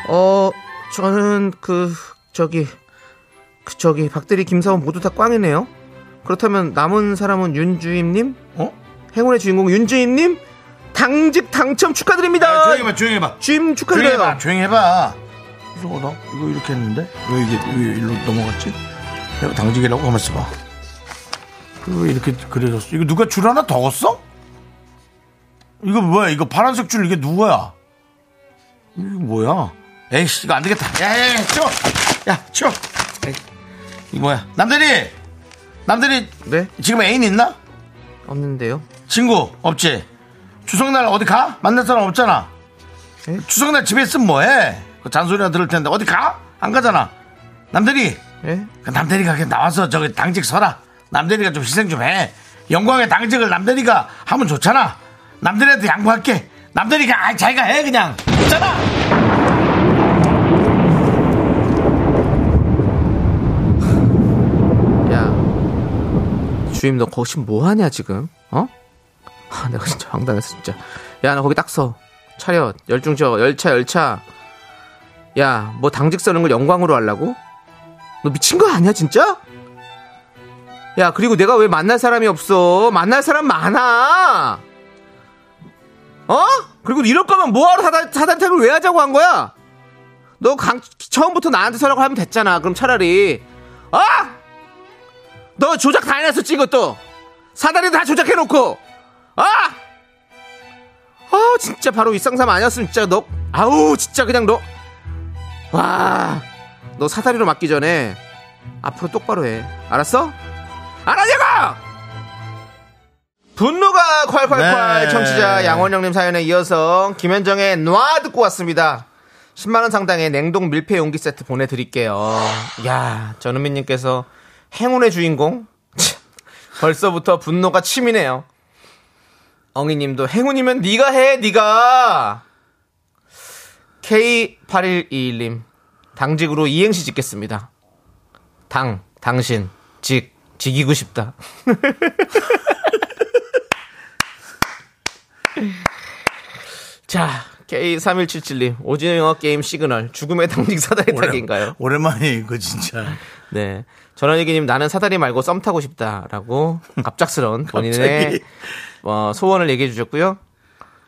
B: 어 저는 그 저기 그 저기 박대리 김사원 모두 다 꽝이네요 그렇다면 남은 사람은 윤주임님
A: 어?
B: 행운의 주인공 윤주임님 당직 당첨 축하드립니다
A: 아, 조용히 해봐, 조용히 해봐.
B: 네, 주임
A: 조용히
B: 축하드려요
A: 해봐, 조용히 해봐. 이거 나 이거 이렇게 했는데 왜 이게 왜 일로 넘어갔지? 내가 당직이라고 가만 있어봐. 왜 이렇게 그려졌어? 이거 누가 줄 하나 더 었어? 이거 뭐야? 이거 파란색 줄 이게 누구야? 이거 뭐야? 에이씨 이거 안 되겠다. 야야야 치워. 야 치워. 에이, 이거 뭐야? 남들이 남들이
B: 네?
A: 지금 애인 있나?
B: 없는데요.
A: 친구 없지? 추석날 어디 가? 만날 사람 없잖아.
B: 에?
A: 추석날 집에 있으면 뭐해? 그 잔소리나 들을 텐데 어디 가? 안 가잖아. 남들이
B: 예?
A: 그 남대리가 그냥 나와서 저기 당직 서라. 남대리가 좀 희생 좀 해. 영광의 당직을 남대리가 하면 좋잖아. 남대리한테 양보할게. 남대리가 아, 자기가 해 그냥. 좋잖아.
B: 야, 주임 너 거기 지금 뭐 하냐 지금? 어? 아, 내가 진짜 황당했어 진짜. 야, 너 거기 딱 서. 차렷, 열중저, 열차, 열차. 야, 뭐 당직 서는 걸 영광으로 하려고? 너 미친 거 아니야 진짜? 야, 그리고 내가 왜 만날 사람이 없어? 만날 사람 많아. 어? 그리고 이럴 거면 뭐하러 사단, 사단탑을 왜 하자고 한 거야? 너 강, 처음부터 나한테 서라고 하면 됐잖아. 그럼 차라리. 아! 너 조작 다 해놨었지 이것도 사다리 다 조작해놓고 아! 아 진짜 바로 윗상삼 아니었으면 진짜 너 아우 진짜 그냥 너와너 사다리로 맞기 전에 앞으로 똑바로 해 알았어? 알았냐고! 분노가 콸콸콸
A: 네.
B: 청취자 양원영님 사연에 이어서 김현정의 놔 듣고 왔습니다 10만원 상당의 냉동 밀폐 용기 세트 보내드릴게요. 야 전은민님께서 행운의 주인공? 참, 벌써부터 분노가 치미네요. 엉이님도 행운이면 네가 해, 네가. K8121님 당직으로 이행시 짓겠습니다. 당, 당신, 직, 지기고 싶다. 자, K3177님, 오징어 게임 시그널, 죽음의 당직 사다리 타기인가요?
A: 오랜만에 이거 진짜.
B: 네. 전원희기님, 나는 사다리 말고 썸 타고 싶다라고 갑작스러운 본인의
A: 갑자기.
B: 어, 소원을 얘기해 주셨고요.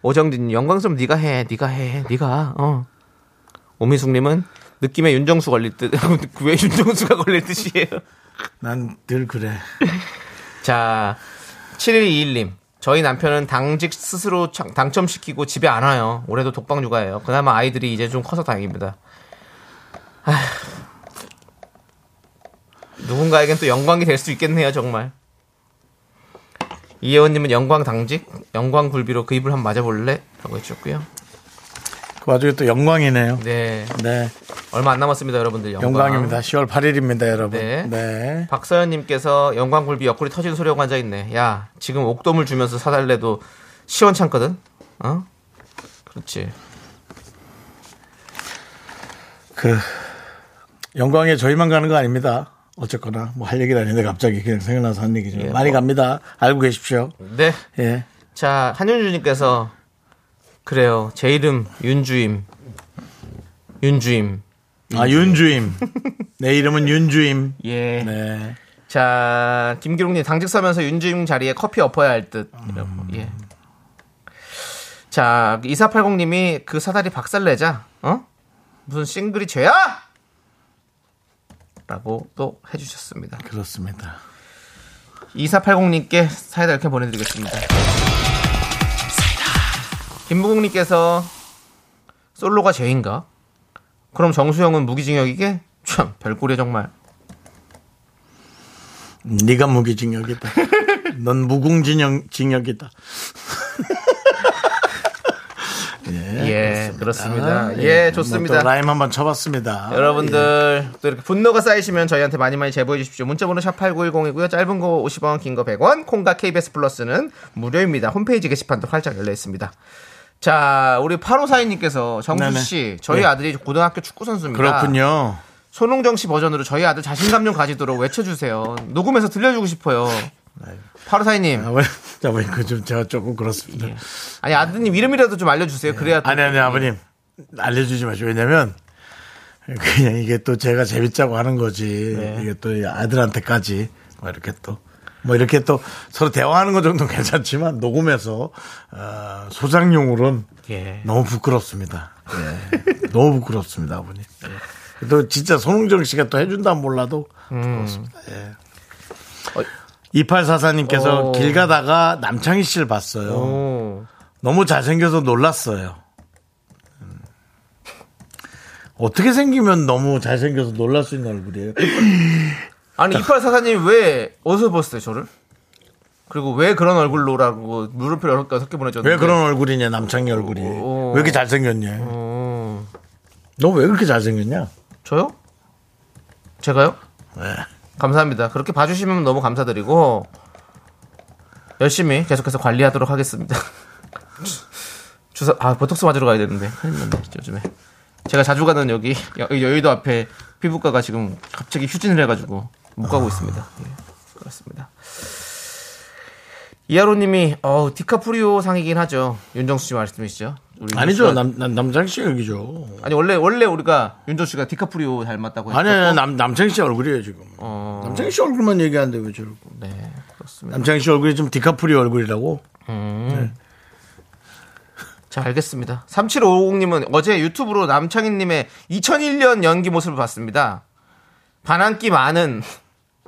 B: 오정진님, 영광스러움 네가 해, 네가 해, 네가. 어. 오미숙님은 느낌에 윤정수 걸릴 듯, 왜 윤정수가 걸릴 듯이에요.
A: 난 늘 그래.
B: 자, 7121님. 저희 남편은 당직 스스로 참- 당첨시키고 집에 안 와요. 올해도 독방 육아예요. 그나마 아이들이 이제 좀 커서 다행입니다. 아휴. 누군가에겐 또 영광이 될 수 있겠네요, 정말. 이혜원님은 영광 당직, 영광 굴비로 그 입을 한번 맞아볼래? 라고 해주셨고요.
A: 그 와중에 또 영광이네요.
B: 네.
A: 네.
B: 얼마 안 남았습니다, 여러분들. 영광.
A: 영광입니다. 10월 8일입니다, 여러분.
B: 네.
A: 네.
B: 박서연님께서 영광굴비 옆구리 터지는 소리하고 앉아있네. 야, 지금 옥돔을 주면서 사달래도 시원찮거든? 어? 그렇지.
A: 그 영광에 저희만 가는 거 아닙니다. 어쨌거나 뭐 할 얘기는 아닌데 갑자기 그냥 생각나서 한 얘기죠.
B: 예,
A: 많이
B: 뭐.
A: 갑니다. 알고 계십시오.
B: 네.
A: 예.
B: 자, 한윤주님께서, 그래요. 제 이름, 윤주임. 윤주임. 음.
A: 아 윤주임. 내 이름은 윤주임.
B: 예.
A: 네.
B: 자, 김기록님 당직 서면서 윤주임 자리에 커피 엎어야 할 듯. 이라고. 예. 자, 2480님이 그 사다리 박살내자. 어? 무슨 싱글이 죄야? 라고 또 해주셨습니다.
A: 그렇습니다.
B: 2480님께 사이다 이렇게 보내드리겠습니다. 김부공님께서 솔로가 죄인가? 그럼 정수영은 무기징역이게? 참, 별꼴이 정말.
A: 네가 무기징역이다. 넌 무궁징역이다.
B: 예, 그렇습니다.
A: 아,
B: 예,
A: 뭐또
B: 좋습니다.
A: 라임 한번 쳐봤습니다.
B: 아,
A: 예,
B: 여러분들 또 이렇게 분노가 쌓이시면 저희한테 많이 많이 제보해 주십시오. 문자번호 샵 8910이고요. 짧은 거 50원, 긴 거 100원. 콩과 KBS 플러스는 무료입니다. 홈페이지 게시판도 활짝 열려 있습니다. 자, 우리 8542님께서 정수
A: 네네.
B: 씨, 저희
A: 네.
B: 아들이 고등학교 축구 선수입니다.
A: 그렇군요.
B: 손흥정 씨 버전으로 저희 아들 자신감 좀 가지도록 외쳐주세요. 녹음해서 들려주고 싶어요. 8542님.
A: 아, 왜, 자, 왜, 그, 좀, 제가 조금 그렇습니다.
B: 아니, 아드님 이름이라도 좀 알려주세요. 그래야 또
A: 아니, 네. 아니, 아버님. 알려주지 마시고. 왜냐면, 그냥 이게 또 제가 재밌자고 하는 거지. 이게 또이 아들한테까지. 뭐 이렇게 또. 뭐 이렇게 또 서로 대화하는 것 정도는 괜찮지만 녹음해서 어, 소장용으로는
B: 예.
A: 너무 부끄럽습니다. 예. 너무 부끄럽습니다, 아버님. 예. 또 진짜 손흥정 씨가 또 해준다면 몰라도 부끄럽습니다. 예. 어. 2844님께서
B: 오.
A: 길 가다가 남창희 씨를 봤어요.
B: 오.
A: 너무 잘생겨서 놀랐어요. 음. 어떻게 생기면 너무 잘생겨서 놀랄 수 있는 얼굴이에요?
B: 아니, 이팔 사사님 왜 어디서 봤어요, 저를? 그리고 왜 그런 얼굴로라고 물음표 여섯 개- 여섯 개 보내줬는데.
A: 왜 그런 얼굴이냐 남창희 얼굴이
B: 오.
A: 왜 이렇게 잘생겼냐
B: 어,
A: 너 왜 그렇게 잘생겼냐
B: 저요? 제가요?
A: 네.
B: 감사합니다. 그렇게 봐주시면 너무 감사드리고 열심히 계속해서 관리하도록 하겠습니다. 주사 아 보톡스 맞으러 가야 되는데 큰일 났네 요즘에 제가 자주 가는 여기 여, 의도 앞에 피부과가 지금 갑자기 휴진을 해가지고 못 가고 있습니다. 예, 그렇습니다. 이하로님이 어 디카프리오 상이긴 하죠. 윤정수 씨 말씀이시죠? 우리
A: 아니죠
B: 윤정수 씨가-
A: 남, 남, 남창희 씨 얘기죠
B: 아니 원래 원래 우리가 윤정수 씨가 디카프리오 닮았다고 했죠.
A: 아니 아니, 남, 남창희 씨 얼굴이에요 지금 남창희 씨 얼굴만 얘기하는데 왜 저러고
B: 어. 네 그렇습니다.
A: 남창희 씨 얼굴이 좀 디카프리오 얼굴이라고
B: 자, 알겠습니다. 3750님은 어제 유튜브로 남창희님의 2001년 연기 모습을 봤습니다. 반항기 많은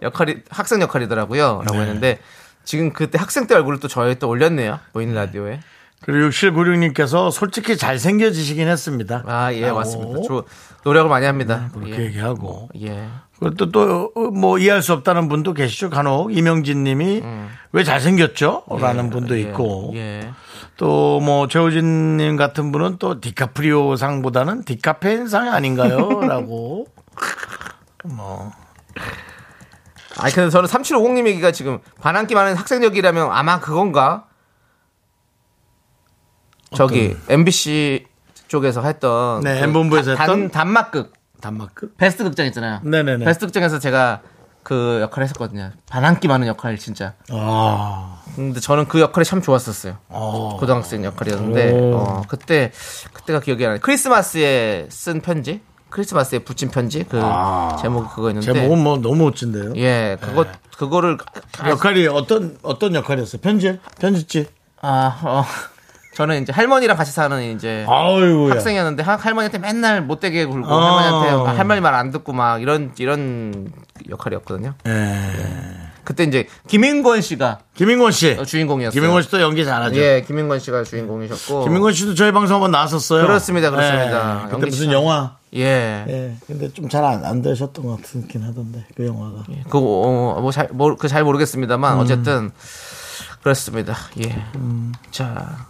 B: 역할이, 학생 역할이더라고요.
A: 네.
B: 라고 했는데, 지금 그때 학생 때 얼굴을 또 저희 또 올렸네요. 보이는 라디오에.
A: 그리고 6796님께서 솔직히 잘생겨지시긴 했습니다
B: 아, 예,
A: 라고
B: 맞습니다. 저 노력을 많이 합니다.
A: 음, 그렇게
B: 예.
A: 얘기하고
B: 예.
A: 그것도 또 뭐 이해할 수 없다는 분도 계시죠 간혹 이명진님이 왜 잘생겼죠? 라는 분도
B: 음. 예,
A: 있고
B: 예.
A: 또 뭐 최우진님 같은 분은 또 디카프리오 상보다는 디카페인 상 아닌가요? 라고 뭐.
B: 아니, 근데 저는 3750님 얘기가 지금 반항기 많은 학생 역이라면 아마 그건가? 저기, MBC 쪽에서 했던. 그
A: 네, M본부에서
B: 단-
A: 했던?
B: 단막극.
A: 단마크
B: 베스트 극장 있잖아요.
A: 네네네.
B: 베스트 극장에서 제가 그 역할을 했었거든요. 반항기 많은 역할 진짜.
A: 아,
B: 근데 저는 그 역할이 참 좋았었어요.
A: 어.
B: 고등학생 역할이었는데 어, 그때 그때가 기억이 안 나요. 크리스마스에 쓴 편지, 크리스마스에 붙인 편지 그 제목이 그거였는데.
A: 아. 제목은 네. 뭐 너무 멋진데요.
B: 네. 예, 그거 그거를
A: 역할이 어떤 어떤 역할이었어요? 편집 편집지.
B: 아 어, 저는 이제 할머니랑 같이 사는 이제
A: 아이고야.
B: 학생이었는데 하- 할머니한테 맨날 못되게 굴고
A: 아.
B: 할머니한테 할머니 말 안 듣고 막 이런 이런 역할이었거든요. 네.
A: 예.
B: 그때 이제 김인권 씨가
A: 김인권 씨.
B: 어, 주인공이었어요.
A: 예. 김인권 씨도 연기 잘하죠.
B: 예, 김인권 씨가 주인공이셨고.
A: 김인권 씨도 저희 방송 한번 나왔었어요.
B: 그렇습니다, 그렇습니다.
A: 예. 그때
B: 연기
A: 무슨
B: 참-
A: 영화?
B: 예.
A: 예. 근데 좀 잘 안 되셨던 것 같긴 하던데 그 영화가.
B: 그, 어, 뭐, 잘, 뭐, 그 잘
A: 음.
B: 모르겠습니다만, 어쨌든, 그렇습니다. 예. 자.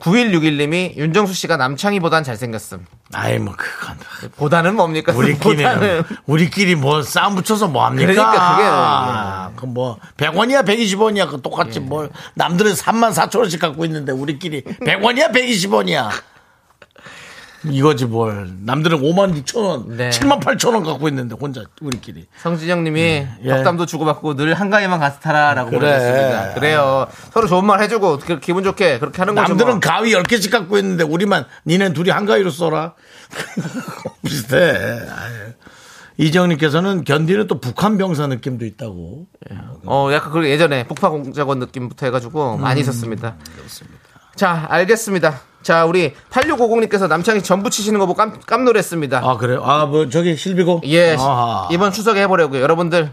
B: 9161님이 윤정수 씨가 남창희보단 잘생겼음.
A: 아이 뭐 그건
B: 보다는 뭡니까?
A: 우리끼리
B: 보다는.
A: 우리끼리 뭐 싸움 붙여서 뭐 합니까? 아,
B: 그러니까 그게-
A: 그뭐 100원이야 120원이야 그 똑같이
B: 예.
A: 뭘 남들은 3만 4천 원씩 갖고 있는데 우리끼리 100원이야 120원이야 이거지 뭘 남들은 5만 6천 원,
B: 네.
A: 7만 8천 원 갖고 있는데 혼자 우리끼리
B: 성진영님이
A: 예.
B: 덕담도 주고받고 늘 한가위만 가스타라라고
A: 그래.
B: 보내셨습니다. 그래요. 서로 좋은 말 해주고 그- 기분 좋게 그렇게 하는 거죠.
A: 남들은
B: 뭐.
A: 가위 10개씩 갖고 있는데 우리만 니네 둘이 한가위로 써라 비슷해 아유. 이정님께서는 견디는 또 북한 병사 느낌도 있다고
B: 어, 약간 그 예전에 북파공작원 느낌부터 해가지고
A: 음.
B: 많이 있었습니다. 자, 알겠습니다. 자, 우리 8650님께서 남창이 전부 치시는 거 보고 깜, 깜놀했습니다.
A: 아 그래요? 아 뭐 저기 실비고?
B: 예,
A: 아하.
B: 이번 추석에 해보려고요. 여러분들,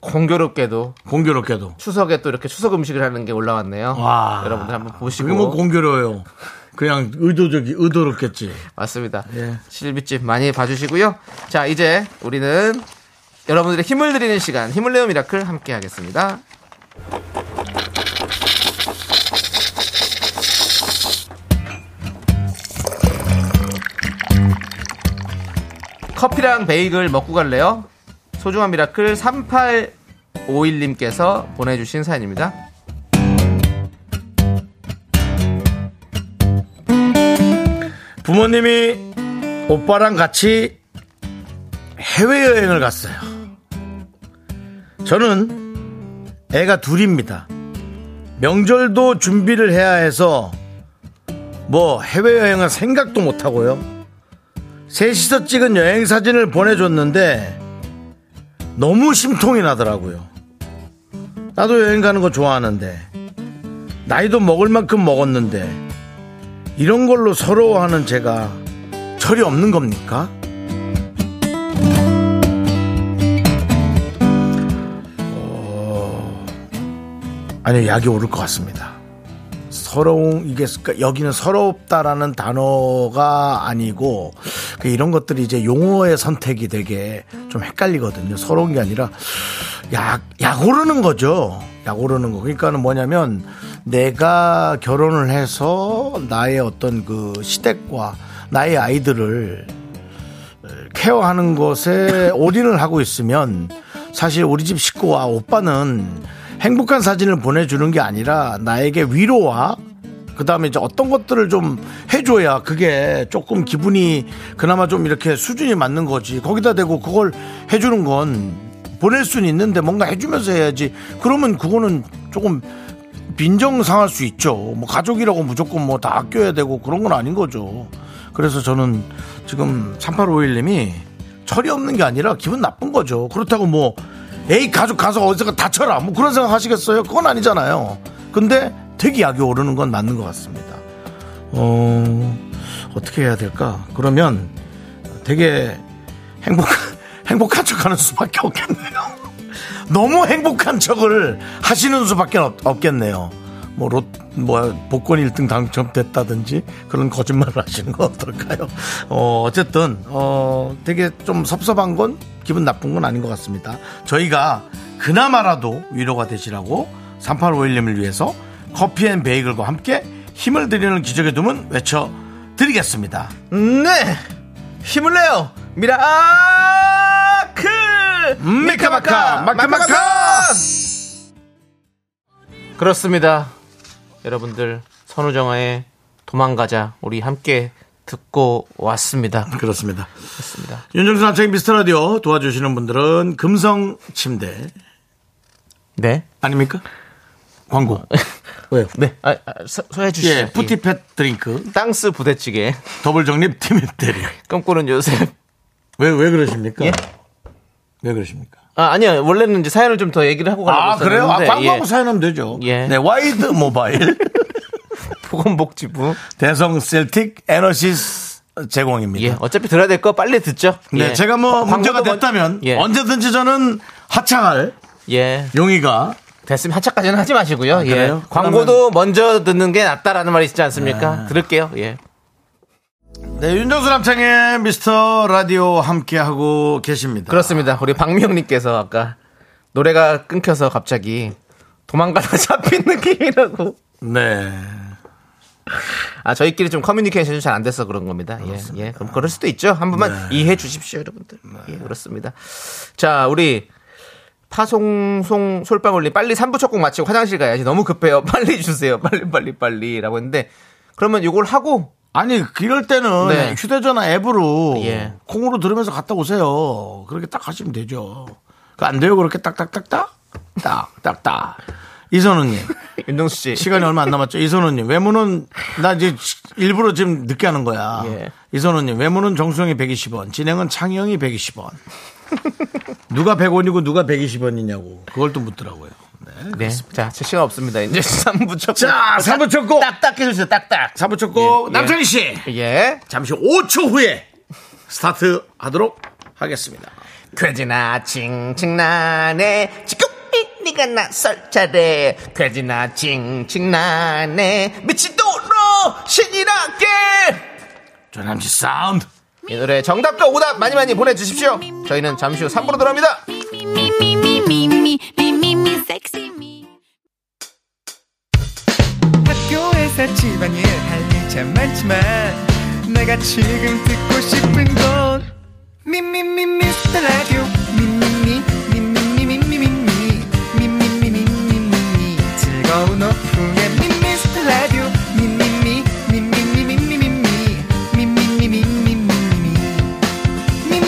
B: 공교롭게도
A: 공교롭게도.
B: 추석에 또 이렇게 추석 음식을 하는 게 올라왔네요.
A: 와.
B: 여러분들 한번 보시고.
A: 그게 뭐 공교로워요. 그냥 의도적이 의도롭겠지.
B: 맞습니다.
A: 예.
B: 실비집 많이 봐주시고요. 자, 이제 우리는 여러분들의 힘을 드리는 시간, 힘을 내어 미라클 함께 하겠습니다. 커피랑 베이글 먹고 갈래요? 소중한 미라클 3851님께서 보내주신 사연입니다.
A: 부모님이 오빠랑 같이 해외 여행을 갔어요. 저는 애가 둘입니다. 명절도 준비를 해야 해서 뭐 해외 여행은 생각도 못 하고요. 셋이서 찍은 여행 사진을 보내줬는데 너무 심통이 나더라고요. 나도 여행 가는 거 좋아하는데 나이도 먹을 만큼 먹었는데 이런 걸로 서러워하는 제가 철이 없는 겁니까? 어, 아니요, 약이 오를 것 같습니다. 서러움, 이게, 그러니까 여기는 서럽다라는 단어가 아니고, 그 이런 것들이 이제 용어의 선택이 되게 좀 헷갈리거든요. 서러운 게 아니라, 약, 약 오르는 거죠. 약 오르는 거. 그러니까는 뭐냐면 내가 결혼을 해서 나의 어떤 그 시댁과 나의 아이들을 케어하는 것에 올인을 하고 있으면 사실 우리 집 식구와 오빠는 행복한 사진을 보내주는 게 아니라 나에게 위로와 그 다음에 이제 어떤 것들을 좀 해줘야 그게 조금 기분이 그나마 좀 이렇게 수준이 맞는 거지. 거기다 대고 그걸 해주는 건 보낼 수는 있는데 뭔가 해주면서 해야지. 그러면 그거는 조금 빈정상할 수 있죠. 뭐 가족이라고 무조건 뭐 다 아껴야 되고 그런 건 아닌 거죠. 그래서 저는 지금 3851님이 철이 없는 게 아니라 기분 나쁜 거죠. 그렇다고 뭐 에이 가족 가서 어디서 다쳐라 뭐 그런 생각 하시겠어요? 그건 아니잖아요. 근데 되게 약이 오르는 건 맞는 것 같습니다. 어 어떻게 해야 될까? 그러면 되게 행복한 행복한 척하는 수밖에 없겠네요. 너무 행복한 척을 하시는 수밖에 없, 겠네요 뭐, 롯, 뭐, 복권 1등 당첨됐다든지 그런 거짓말을 하시는 건 어떨까요? 어, 어쨌든, 어, 되게 좀 섭섭한 건 기분 나쁜 건 아닌 것 같습니다. 저희가 그나마라도 위로가 되시라고 3851님을 위해서 커피 앤 베이글과 함께 힘을 드리는 기적의 둠은 외쳐드리겠습니다.
B: 네 힘을 내요 미라클
A: 미카마카, 마카마카!
B: 그렇습니다 여러분들 선우정아의 도망가자 우리 함께 듣고 왔습니다
A: 그렇습니다.
B: 그렇습니다
A: 윤정수 남창인 미스터 라디오 도와주시는 분들은 금성 침대
B: 네
A: 아닙니까? 광고. 왜요?
B: 네, 아, 아, 소- 소개해 주시죠.
A: 예, 푸티팻 드링크,
B: 예. 땅스 부대찌개,
A: 더블 정립 팀일대리.
B: 꿈꾸는 요셉.
A: 왜, 왜 그러십니까?
B: 예?
A: 왜 그러십니까?
B: 아, 아니요. 원래는 이제 사연을 좀 더 얘기를 하고 가려고
A: 아, 그래요? 아,
B: 했었는데,
A: 광고하고
B: 예.
A: 사연하면 되죠.
B: 예.
A: 네, 와이드 모바일,
B: 보건복지부.
A: 대성 셀틱, 에너시스 제공입니다.
B: 예. 어차피 들어야 될 거 빨리 듣죠.
A: 네,
B: 예.
A: 제가 뭐
B: 광고도
A: 문제가
B: 먼저-
A: 됐다면
B: 예.
A: 언제든지 저는 하차할
B: 예.
A: 용의가
B: 됐으면 하차까지는 하지 마시고요. 예.
A: 아, 그래요?
B: 광고도 먼저 듣는 게 낫다라는 말이 있지 않습니까? 들을게요. 예.
A: 네, 윤정수 남창의 미스터 라디오 함께하고 계십니다.
B: 그렇습니다. 우리 박미영님께서 아까 노래가 끊겨서 갑자기 도망가다 잡힌 느낌이라고.
A: 네.
B: 아, 저희끼리 좀 커뮤니케이션이 잘 안 돼서 그런 겁니다. 네. 예, 예. 그럼 그럴 수도 있죠. 한 번만 이해해 주십시오, 여러분들. 예, 그렇습니다. 자, 우리 파송송 솔방울님 빨리 3부 첫 곡 마치고 화장실 가야지. 너무 급해요. 빨리 주세요. 빨리, 빨리, 빨리. 라고 했는데 그러면 이걸 하고
A: 아니 이럴 때는
B: 네.
A: 휴대전화 앱으로
B: 예.
A: 콩으로 들으면서 갔다 오세요. 그렇게 딱 하시면 되죠. 그 안 돼요 그렇게 딱딱딱딱 딱딱딱 이선우님
B: 윤정수 씨.
A: 시간이 얼마 안 남았죠. 이선우님 외모는 나 이제 일부러 지금 늦게 하는 거야.
B: 예.
A: 이선우님 외모는 정수영이 120원, 진행은 창영이 120원. 누가 100원이고 누가 120원이냐고 그걸 또 묻더라고요.
B: 네. 자, 제 시간 없습니다. 이제 3부 첫 곡.
A: 자 3부 첫 곡,
B: 딱딱 해주세요. 딱딱.
A: 4부 첫 곡,
B: 예, 예.
A: 남창희 씨
B: 예.
A: 잠시 5초 후에 스타트하도록 하겠습니다.
B: 괴지나 칭칭나네 지금이 네가 나설 차례 괴지나 칭칭나네 미치도록 신이라게
A: 조남지 사운드.
B: 이 노래 정답과 오답 많이 많이 보내주십시오 저희는 잠시 후 3부로 돌아옵니다
D: 학교에서 집안일 할 일 참 많지만 내가 지금 듣고 싶은 건 미미미 미스터 라디오 미미미 미미미 미미미 미미미 미미미 미미미 즐거운 오후에 미미스터 라디오 미미미 미미미 미미미 미미미 미미미 미미미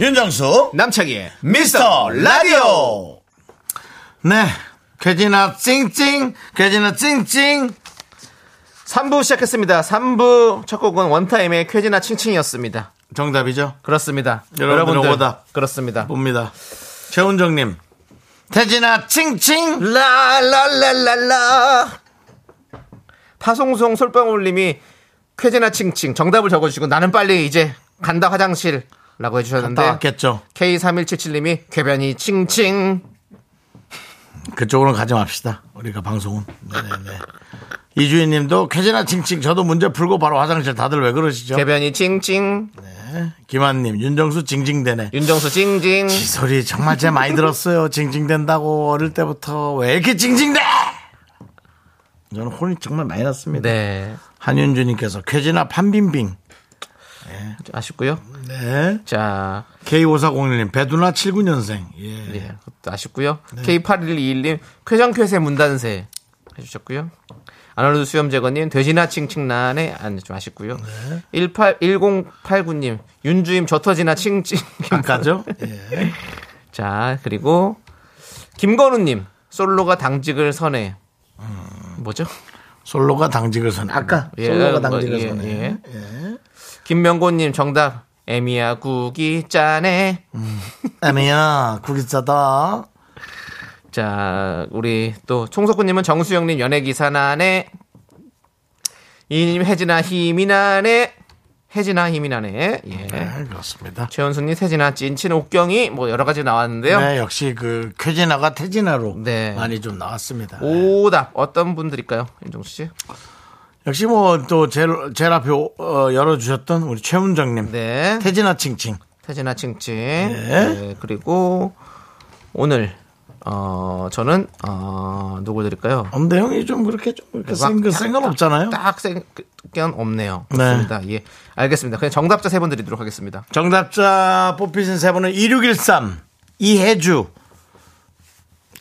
A: 윤정수
B: 남창희의
A: 미스터 라디오. 네. 괴지나 찡찡, 괴지나 찡찡.
B: 3부 시작했습니다 3부 첫 곡은 원타임의 쾌지나 칭칭이었습니다
A: 정답이죠.
B: 그렇습니다
A: 여러분들의 오답.
B: 그렇습니다
A: 봅니다. 최훈정님. 태진아 찡찡.
B: 라라라라라 아. 파송송 솔방울님이 쾌제나 칭칭 정답을 적어주시고 나는 빨리 이제 간다 화장실 라고 해주셨는데.
A: 갔다 왔겠죠.
B: K3177님이 괴변이 칭칭.
A: 그쪽으로 가지 맙시다. 우리가 방송은. 네네네. 이주인 님도 쾌지나 칭칭 저도 문제 풀고 바로 화장실 다들 왜 그러시죠?
B: 괴변이 칭칭.
A: 김한 님, 윤정수 징징대네.
B: 윤정수 찡찡.
A: 이 소리 정말 제 많이 들었어요. 징징댄다고 어릴 때부터 왜 이렇게 징징대? 저는 혼이 정말 많이 났습니다.
B: 네.
A: 한윤주님께서 쾌지나 판빙빙.
B: 아쉽고요.
A: 네.
B: 자,
A: K5401님 배두나 79년생. 예.
B: 예, 그것도 아쉽고요.
A: 네.
B: K8121님 쾌장쾌세 문단세 해주셨고요. 아놀드 수염제거님 돼지나 칭칭난에 안 좀 아쉽고요.
A: 네.
B: 18 1089님 윤주임 저터지나 칭칭.
A: 아까죠? 예.
B: 자 그리고 김건우님 솔로가 당직을 선해. 뭐죠?
A: 솔로가 당직을 선. 아까
B: 예,
A: 음. 솔로가
B: 뭐,
A: 당직을
B: 예,
A: 선.
B: 예.
A: 예.
B: 김명곤님 정답. 에미야 국이 짠해.
A: 아니야 국이 짜다.
B: 자, 우리 또 총석구님은 정수영님 연예기사 나네. 이님 혜진아 힘이 나네. 혜진아 힘이 나네. 예.
A: 네, 그렇습니다.
B: 최현수님 세진아 찐친 옥경이 뭐 여러 가지 나왔는데요.
A: 네, 역시 그 쾌진아가 태진아로
B: 네.
A: 많이 좀 나왔습니다.
B: 오답 어떤 분들일까요, 윤종수 씨?
A: 역시 뭐 또 제일 제일 앞에 오- 어, 열어주셨던 우리 최훈정님,
B: 네,
A: 태진아 칭칭.
B: 태진아 칭칭. 네, 그리고 오늘 어 저는 어 누구 드릴까요?
A: 엄대 형이 좀 그렇게 좀 그렇게
B: 막
A: 생각 생각 없잖아요.
B: 딱생견 없네요.
A: 네.
B: 그렇습니다. 예, 알겠습니다. 그냥 정답자 세 분 드리도록 하겠습니다.
A: 정답자 뽑히신 세 분은 2613, 이혜주,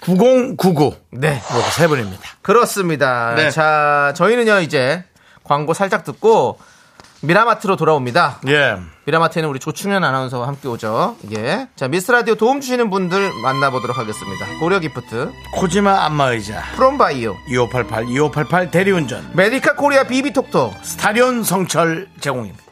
A: 9099.
B: 네.
A: 이렇게 세 분입니다.
B: 그렇습니다.
A: 네.
B: 자, 저희는요, 이제 광고 살짝 듣고 미라마트로 돌아옵니다.
A: 예.
B: 미라마트에는 우리 조충현 아나운서와 함께 오죠. 예. 자, 미스라디오 도움 주시는 분들 만나보도록 하겠습니다. 고려 기프트,
A: 코지마 안마의자,
B: 프롬바이오,
A: 2588, 2588 대리운전,
B: 메디카 코리아 비비톡톡,
A: 스타리온 성철 제공입니다.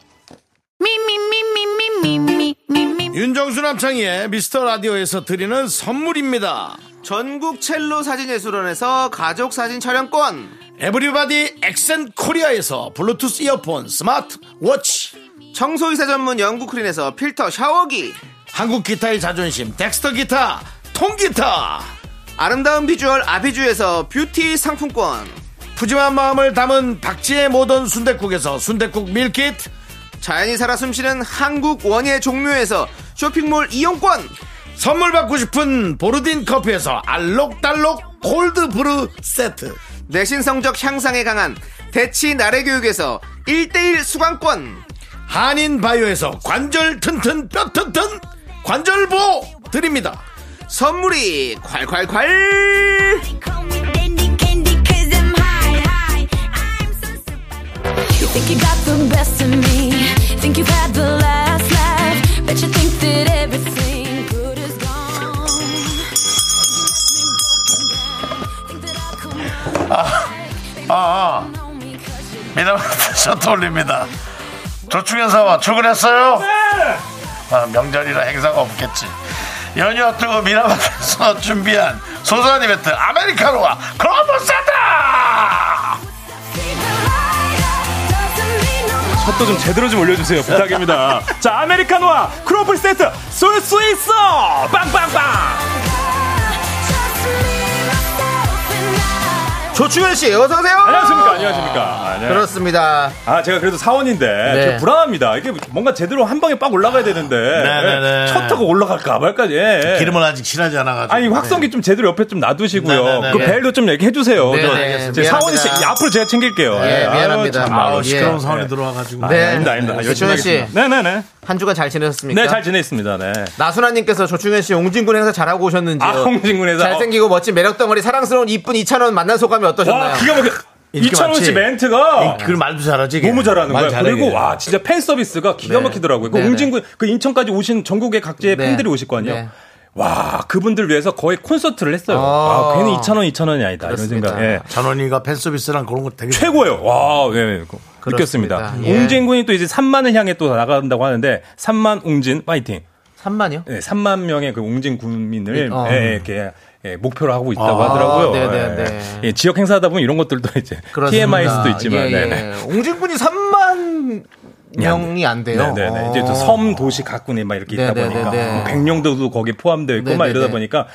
A: 윤정수 남창희의 미스터 라디오에서 드리는 선물입니다.
B: 전국 첼로 사진예술원에서 가족 사진 촬영권,
A: 에브리바디 엑센 코리아에서 블루투스 이어폰, 스마트 워치,
B: 청소이사 전문 영국 크린에서 필터 샤워기,
A: 한국 기타의 자존심, 덱스터 기타, 통기타.
B: 아름다운 비주얼 아비주에서 뷰티 상품권,
A: 푸짐한 마음을 담은 박지의 모던 순댓국에서순댓국 밀키트,
B: 자연이 살아 숨쉬는 한국 원예 종묘에서 쇼핑몰 이용권,
A: 선물 받고 싶은 보르딘 커피에서 알록달록 골드브루 세트.
B: 내신 성적 향상에 강한 대치 나래교육에서 1대1 수강권
A: 한인 바이오에서 관절 튼튼 뼈 튼튼 관절보 드립니다.
B: 선물이 콸콸콸
C: Think you got the best of me. Think you've had the last laugh. Bet you think that everything good is gone. Think that I'll come
A: 아, 미나마트 셔터 올립니다. 조충현 사원 출근했어요? 아, 명절이라 행사가 없겠지. 연휴 앞두고 미나마트에서 준비한 소소한 이벤트 아메리카노와 커피 세트!
C: Keep it light up. Doesn't mean no more.
E: 좀 제대로 좀 올려주세요. 부탁입니다. 자, 아메리카노와 크로플 세트 쏠 수 있어! 빵빵빵!
C: Just me, myself, and I.
B: 조충현씨 어서오세요
E: 안녕하십니까, 안녕하십니까. 아, 네.
B: 그렇습니다
E: 아, 제가 그래도 사원인데 되게 불안합니다. 이게 뭔가 제대로 한 방에 빡 올라가야 되는데
A: 네.
E: 예,
A: 네네네.
E: 첫 타고 올라갈까 말까. 예.
A: 기름을 아직 칠하지 않아가지고. 네.
E: 아니 확성기 좀 제대로 옆에 좀 놔두시고요.
A: 네네네.
E: 그
B: 네.
E: 벨도 좀 얘기해 주세요.
B: 네네,
E: 저-
B: 알겠습니다.
E: 제 사원이 제-
B: 미안합니다.
E: 앞으로 제가 챙길게요.
B: 예, 미안합니다.
E: 아유, 참,
B: 아우,
A: 네, 아우, 시끄러운
B: 예.
A: 사원이
E: 네.
A: 들어와가지고.
B: 네.
E: 아닙니다, 아닙니다. 열심히
B: 조현 씨.
E: 하겠습니다. 네네네.
B: 한 주간 잘 지내셨습니까?
E: 네, 잘 지냈습니다. 네.
B: 나순아님께서 조충현씨 옹진군 행사 잘하고 오셨는지요
E: 아, 홍진군 회사.
B: 잘생기고 멋진 매력덩어리 사랑스러운 이쁜 이찬원 만난 소감이 어떠셨나요?
E: 와, 기가 막혀.
A: 아, 인기
E: 뭐그 이찬원 씨
A: 많지?
E: 멘트가
A: 그 말도 잘하지. 걔.
E: 너무 잘하는
A: 말
E: 거야.
A: 잘해,
E: 그리고
A: 걔.
E: 와 진짜 팬 서비스가 기가
B: 네.
E: 막히더라고요. 그
B: 네네.
E: 옹진군 그 인천까지 오신 전국의 각지의
B: 네.
E: 팬들이 오실 거 아니에요.
B: 네.
E: 와 그분들 위해서 거의 콘서트를 했어요.
B: 아.
E: 아, 괜히 2천 원, 2천 원이 아니다 이런
B: 그렇습니다.
E: 생각. 예.
A: 잔원이가 네, 팬 서비스랑 그런 거 되게.
E: 최고예요. 와, 예, 예.
B: 그렇습니다.
E: 느꼈습니다.
B: 예.
E: 옹진군이 또 이제 3만을 향해 또 나간다고 하는데 3만 옹진 파이팅.
B: 3만이요?
E: 예, 3만 명의 그 옹진 군민을
B: 어.
E: 예, 이렇게 예, 목표로 하고 있다고
A: 아,
E: 하더라고요.
B: 네, 네,
E: 예.
B: 네.
E: 예, 지역 행사하다 보면 이런 것들도 네, 이제
B: 그렇습니다.
E: TMI일 수도 있지만
B: 예,
E: 네,
B: 예.
E: 네.
B: 옹진군이 3만 명이 안 돼요.
F: 네네네.
B: 어.
F: 이제 또섬 도시 각군에 막 이렇게 있다 보니까
B: 네네네네.
F: 뭐 백령도도 거기에 포함되어 있고 막
B: 네네네.
F: 이러다 보니까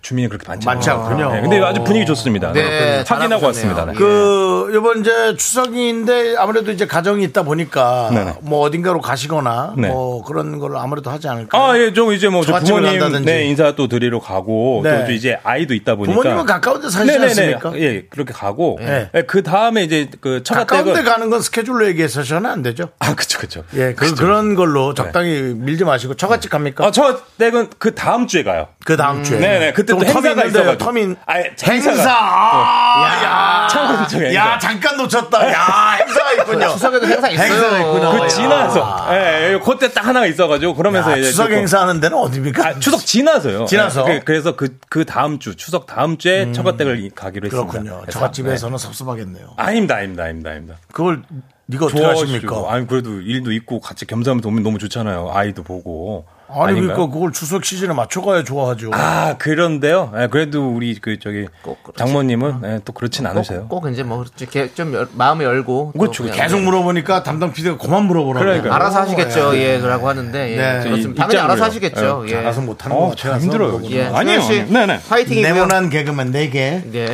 F: 주민이 그렇게 많지
A: 많지
F: 않아요.
A: 않군요.
F: 네, 근데 아주 분위기 좋습니다.
B: 네,
F: 네,
B: 잘
F: 확인하고
B: 하셨네요.
F: 왔습니다. 네.
B: 그-
A: 그 이번 이제 추석인데 아무래도 이제 가정이 있다 보니까
F: 네네.
A: 뭐 어딘가로 가시거나
F: 네.
A: 뭐 그런 걸 아무래도 하지 않을까.
F: 아, 예, 좀 이제 뭐저
A: 저같이
F: 부모님
A: 만난다든지.
F: 네, 인사 또 드리러 가고
A: 네.
F: 또 저 이제 아이도 있다 보니까
A: 부모님은 가까운데 사시지 않습니까?
F: 예, 그렇게 가고
A: 예.
F: 예, 그 다음에 이제 그
A: 가까운데
F: 처가댁은
A: 가는 건 스케줄로 얘기해서는 안 되죠.
F: 아, 그쵸, 그쵸.
A: 예, 그, 그런 걸로 적당히 밀지 마시고 처갓집 갑니까?
F: 네. 아, 처가댁은 그 다음 주에 가요.
A: 그 다음 주에.
F: 네네, 그때
A: 좀
F: 또
A: 텀이
F: 행사가
A: 있는데요,
F: 있어가지고.
A: 텀인
F: 아니, 예,
A: 행사.
F: 행사가.
A: 아, 야,
F: 창원 쪽에
A: 야
F: 행사.
A: 잠깐 놓쳤다. 야 행사가 있군요.
B: 추석에도 행사 있어요. 예.
A: 행사가 있구나.
F: 그
A: 야.
F: 지나서 예, 예, 그때 딱 하나가 있어가지고 그러면서
A: 아. 야,
F: 이제
A: 추석
F: 조금-
A: 행사하는 데는 어디입니까?
F: 아, 추석 지나서요.
A: 지나서?
F: 예, 그, 래서 그, 그 다음 주, 추석 다음 주에 처갓댁을 이- 가기로 했습니다. 예,
A: 그렇군요.
F: 그래서,
A: 저갓집에서는 섭섭하겠네요.
F: 네. 아닙니다, 아닙니다, 아닙니다, 아닙니다.
A: 그걸 네가 어떻게
F: 도와주시고.
A: 하십니까?
F: 아니, 그래도 일도 있고 같이 겸사하면서 오면 너무 좋잖아요. 아이도 보고.
A: 아니
F: 아닌가요?
A: 그러니까 그걸 추석 시즌에 맞춰가야 좋아하죠.
F: 아, 그런데요. 예, 그래도 우리 그 저기
B: 꼭 그렇지.
A: 아.
F: 장모님은 예, 또 그렇진 않으세요.
B: 꼭, 꼭 이제 뭐 이렇게 좀 열- 마음을 열고 또
F: 그렇죠.
B: 그냥
A: 계속 물어보니까 담당 PD가 그만 물어보라고. 어,
F: 그러니까요.
B: 알아서 하시겠죠. 예, 그라고 하는데 예,
A: 네.
B: 그렇습니다.
F: 어, 이-
B: 당연히
F: 입장으로요.
B: 알아서 하시겠죠.
F: 예,
B: 예.
A: 알아서 못하는
F: 어,
A: 것 같아서.
F: 참 힘들어요.
A: 물어보지.
B: 예,
F: 아니요,
B: 수현 씨,
F: 아니요. 네네.
B: 파이팅이고요.
A: 네모난 개그맨 네개
B: 예.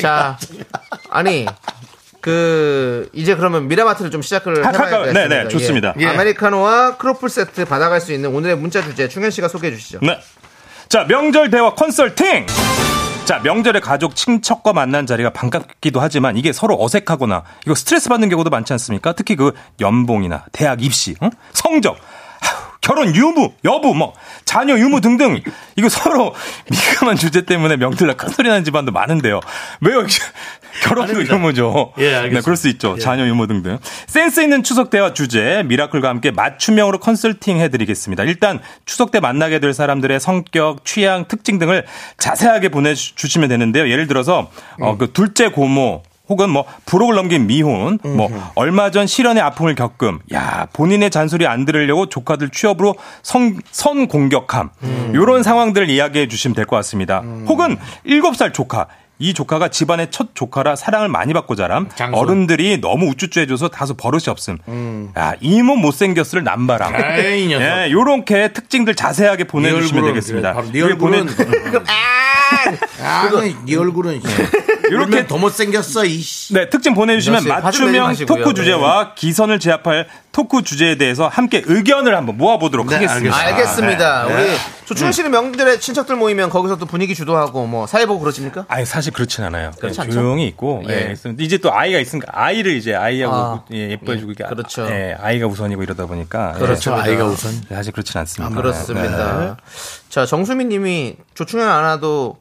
B: 자, 아니 그 이제 그러면 미라마트를 좀 시작을
F: 할- 할까요?
B: 해봐야겠습니다.
F: 네, 네, 좋습니다.
B: 예.
A: 예.
B: 아메리카노와 크로플 세트 받아갈 수 있는 오늘의 문자 주제 충현 씨가 소개해 주시죠.
F: 네. 자, 명절 대화 컨설팅! 자, 명절에 가족, 친척과 만난 자리가 반갑기도 하지만 이게 서로 어색하거나 이거 스트레스 받는 경우도 많지 않습니까? 특히 그 연봉이나 대학 입시, 응? 성적, 아휴, 결혼 유무, 여부, 뭐, 자녀 유무 등등. 이거 서로 미감한 주제 때문에 명절날 큰 소리 나는 집안도 많은데요. 왜요? 결혼도 유무죠.
A: 예, 알겠습니다.
F: 네, 그럴 수 있죠. 자녀 유무 등등. 센스 있는 추석 대화 주제, 미라클과 함께 맞춤형으로 컨설팅 해드리겠습니다. 일단 추석 때 만나게 될 사람들의 성격, 취향, 특징 등을 자세하게 보내주시면 되는데요. 예를 들어서 어, 그 둘째 고모. 혹은 뭐 부록을 넘긴 미혼, 뭐 얼마 전 실연의 아픔을 겪음, 야 본인의 잔소리 안 들으려고 조카들 취업으로 성, 선 공격함, 이런 상황들을 이야기해 주시면 될 것 같습니다. 혹은 7살 조카, 이 조카가 집안의 첫 조카라 사랑을 많이 받고 자람 어른들이 너무 우쭈쭈해줘서 다소 버릇이 없음 야 이모 못생겼을 남바람
A: 에이, 이 녀석.
F: 예, 요렇게 특징들 자세하게 보내주시면 되겠습니다
A: 바로 네 얼굴은. 아, 네 얼굴은. 이렇게
F: 이렇게
A: 더 못생겼어, 이씨.
F: 네, 특징 보내주시면
B: 역시 화좀 내지
F: 맞춤형
B: 마시고요.
F: 토크 주제와 기선을 제압할 토크 주제에 대해서 함께 의견을 한번 모아보도록
A: 네,
F: 하겠습니다 네.
B: 알겠습니다. 우리 조충현 씨는 명절에 친척들 모이면 거기서 또 분위기 주도하고 뭐 사회 보고 그러십니까?
F: 아니 사실 그렇진 않아요. 그냥
B: 않죠?
F: 조용히 있고
B: 예.
F: 예. 있으면 이제 또 아이가 있으니까 아이를 이제 아이하고
B: 아.
F: 예, 예뻐해주고 이렇게
B: 그렇죠.
F: 예, 아이가 우선이고 이러다 보니까 예.
B: 그렇죠.
A: 아이가 우선.
F: 사실 그렇진 않습니다. 네.
B: 그렇습니다. 자, 정수민 님이 조충현 안 와도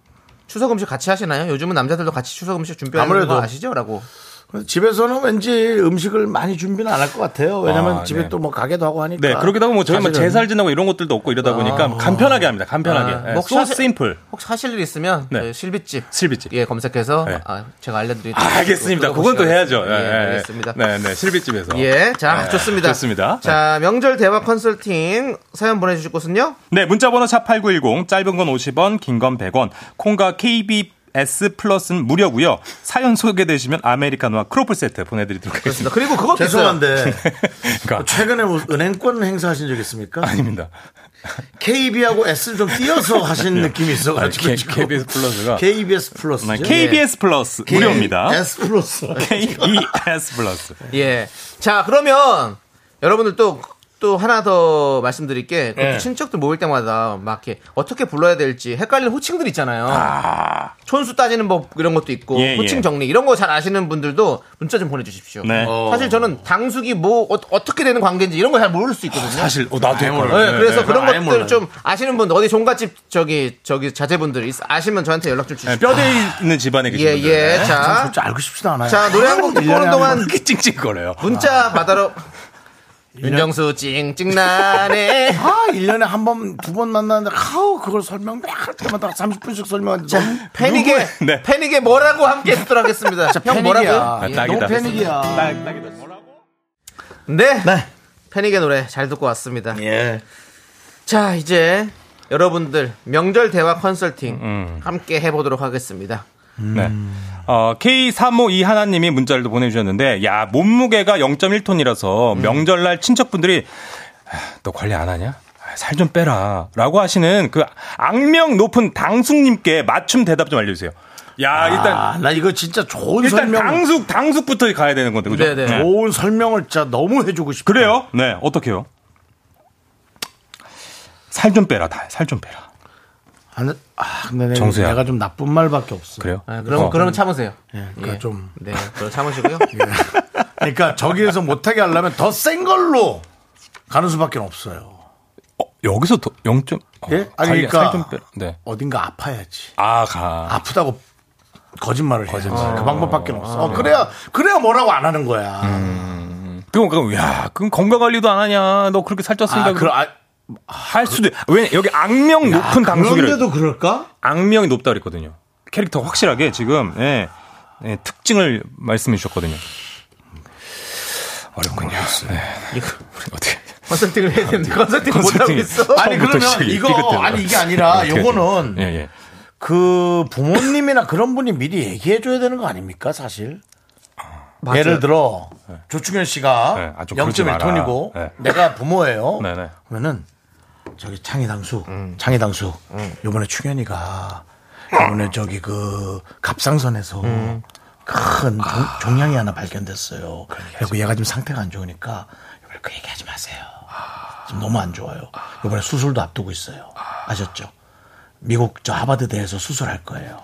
B: 추석 음식 같이 하시나요? 요즘은 남자들도 같이 추석 음식 준비하는
A: 아무래도.
B: 거 아시죠? 라고.
A: 그래서 집에서는 왠지 음식을 많이 준비는 안 할 것 같아요. 왜냐면
F: 아,
A: 집에
F: 네.
A: 또 뭐 가게도 하고 하니까.
F: 네, 그러기도 하고 뭐 저희 뭐
A: 사실은.
F: 제살 지나고 이런 것들도 없고 이러다 보니까 간편하게 합니다. 간편하게.
B: 아,
F: 예,
B: 뭐
F: so
B: 사실-
F: simple.
B: 혹시 하실 일 있으면
F: 네.
B: 저희 실비집
F: 실비집.
B: 예 검색해서
F: 네.
B: 아, 제가 알려드리도록
F: 아, 알겠습니다.
B: 하겠습니다.
F: 그건 또 해야죠.
B: 예,
F: 예, 예.
B: 알겠습니다.
F: 네, 네. 실비집에서.
B: 예, 자
F: 예,
B: 좋습니다.
F: 좋습니다.
B: 자 명절 대화 컨설팅 사연 보내주실 곳은요.
F: 네, 문자번호 샵8910, 짧은 건 50원, 긴 건 100원, 콩과 KB S 플러스는 무료고요. 사연 소개되시면 아메리카노와 크로플 세트 보내드리도록 하겠습니다.
B: 그렇습니다. 그리고 그것도
A: 죄송한데
F: 그러니까
A: 최근에 뭐 은행권 행사하신 적 있습니까?
F: 아닙니다.
A: KB하고 S를 좀 띄어서 하신 느낌이 있어가지고
F: 네. 아니, K-
A: 지금.
F: KBS 플러스가.
A: KBS 플러스
F: KBS 네, 예. 플러스 무료입니다.
A: S 플러스
F: KES 플러스.
B: 있어요. 예, 자 그러면 여러분들 또 또 하나 더 말씀드릴 게
A: 예.
B: 친척들 모일 때마다 막 이렇게 어떻게 불러야 될지 헷갈리는 호칭들 있잖아요. 촌수 따지는 법 이런 것도 있고
F: 예,
B: 호칭
F: 예.
B: 정리 이런 거 잘 아시는 분들도 문자 좀 보내주십시오. 어.
F: 네.
A: 어.
B: 사실 저는 당숙이 뭐 어, 떻게 되는 관계인지 이런 거 잘 모를 수 있거든요.
F: 사실 어, 나도 헷갈려.
B: 네, 그래서
A: 네,
B: 그런
A: 아예
B: 것들
A: 몰라요.
B: 좀 아시는 분 어디 종갓집 저기 저기 자제분들 있- 아시면 저한테 연락 좀
F: 네,
B: 주십시오.
F: 뼈대 있는 집안에 계신
B: 예예.
F: 분들. 네.
B: 자,
A: 알고 싶지도 않아요.
B: 자 노래 한 곡 듣는 동안
F: 이렇게 찡찡거려요.
B: 문자 받아러 윤정수 찡찡나네.
A: 아, 1년에 한 번, 두 번 만나는데, 하우, 그걸 설명 매일 할 때마다 30분씩 설명하는데. 너무
B: 패닉에
F: 네.
B: 패닉에 뭐라고 함께 듣도록 하겠습니다. 형 뭐라고요?
A: 아,
F: 아,
B: 예.
F: 딱이다.
A: 팬이야.
F: 딱, 딱이다.
B: 네.
A: 네.
B: 패닉의 노래 잘 듣고 왔습니다.
A: 예.
B: 자
F: 음,
B: 이제 여러분들 명절 대화 컨설팅 함께 해보도록 하겠습니다.
F: 네. 어, K352 하나님이 문자를 또 보내주셨는데, 야, 몸무게가 0.1톤이라서
A: 음.
F: 명절날 친척분들이, 아, 너 관리 안 하냐? 아, 살 좀 빼라. 라고 하시는 그 악명 높은 당숙님께 맞춤 대답 좀 알려주세요. 야, 일단,
A: 아, 나 이거 진짜 좋은
F: 일단
A: 설명.
F: 당숙, 당숙부터 가야 되는 건데, 그죠?
B: 네네.
F: 네.
A: 좋은 설명을 진짜 너무 해주고 싶다.
F: 그래요? 네, 어떻게요? 살 좀 빼라, 다. 살 좀 빼라.
A: 안- 아, 근데 내가,
F: 정수야.
A: 내가 좀 나쁜 말밖에 네. 없어.
F: 그래요?
B: 아, 그럼
F: 어.
B: 그럼 참으세요.
A: 그러니까 좀.
B: 네, 그럼 참으시고요.
F: 예.
A: 그러니까 저기에서 못하게 하려면 더 센 걸로 가는 수밖에 없어요.
F: 어, 여기서 더 0. 어,
A: 예? 아니,
F: 관리-
A: 그러니까-
F: 살좀 빼라. 네.
A: 어딘가 아파야지.
F: 아, 가.
A: 아프다고 거짓말을 해야지. 그 방법밖에 없어.
F: 아.
A: 어, 그래야 그래야 뭐라고 안 하는 거야.
F: 음. 그럼 그럼 야, 그럼 건강 관리도 안 하냐? 너 그렇게 살쪘으니까
A: 아, 그
F: 그럼
A: 아,
F: 할 수도. 왜 여기 악명 높은 당숙이를
A: 그런데도 그럴까?
F: 악명이 높다 그랬거든요. 캐릭터 확실하게 지금 예. 예, 특징을 말씀해 주셨거든요. 어렵군요. 네. 우리 어떻게
B: 컨설팅을 해야 되는데 컨설팅 못 하고
F: 컨설팅.
B: 있어.
A: 아니
F: 처음부터
A: 그러면
F: 시작이
A: 이거
F: 삐끗해요.
A: 아니 이게 아니라
F: 어떻게 해야
A: 요거는
F: 돼? 예, 예.
A: 그 부모님이나 그런 분이 미리 얘기해 줘야 되는 거 아닙니까 사실? 예를 들어 조충현
F: 네,
A: 씨가
F: 아, 좀 그러지 마라.
A: 0.1톤이고
F: 네.
A: 내가 부모예요.
F: 네네. 음.
A: 그러면은 저기 창희 당수, 창희 당수 요번에 충현이가 요번에 저기 그 갑상선에서
F: 음.
A: 큰 종- 종양이 하나 발견됐어요. 아. 그리고 얘가 지금 상태가 안 좋으니까 요번에 그 얘기하지 마세요. 지금 너무 안 좋아요. 요번에 수술도 앞두고 있어요. 아. 아셨죠? 미국 저 하버드 대에서 수술할 거예요.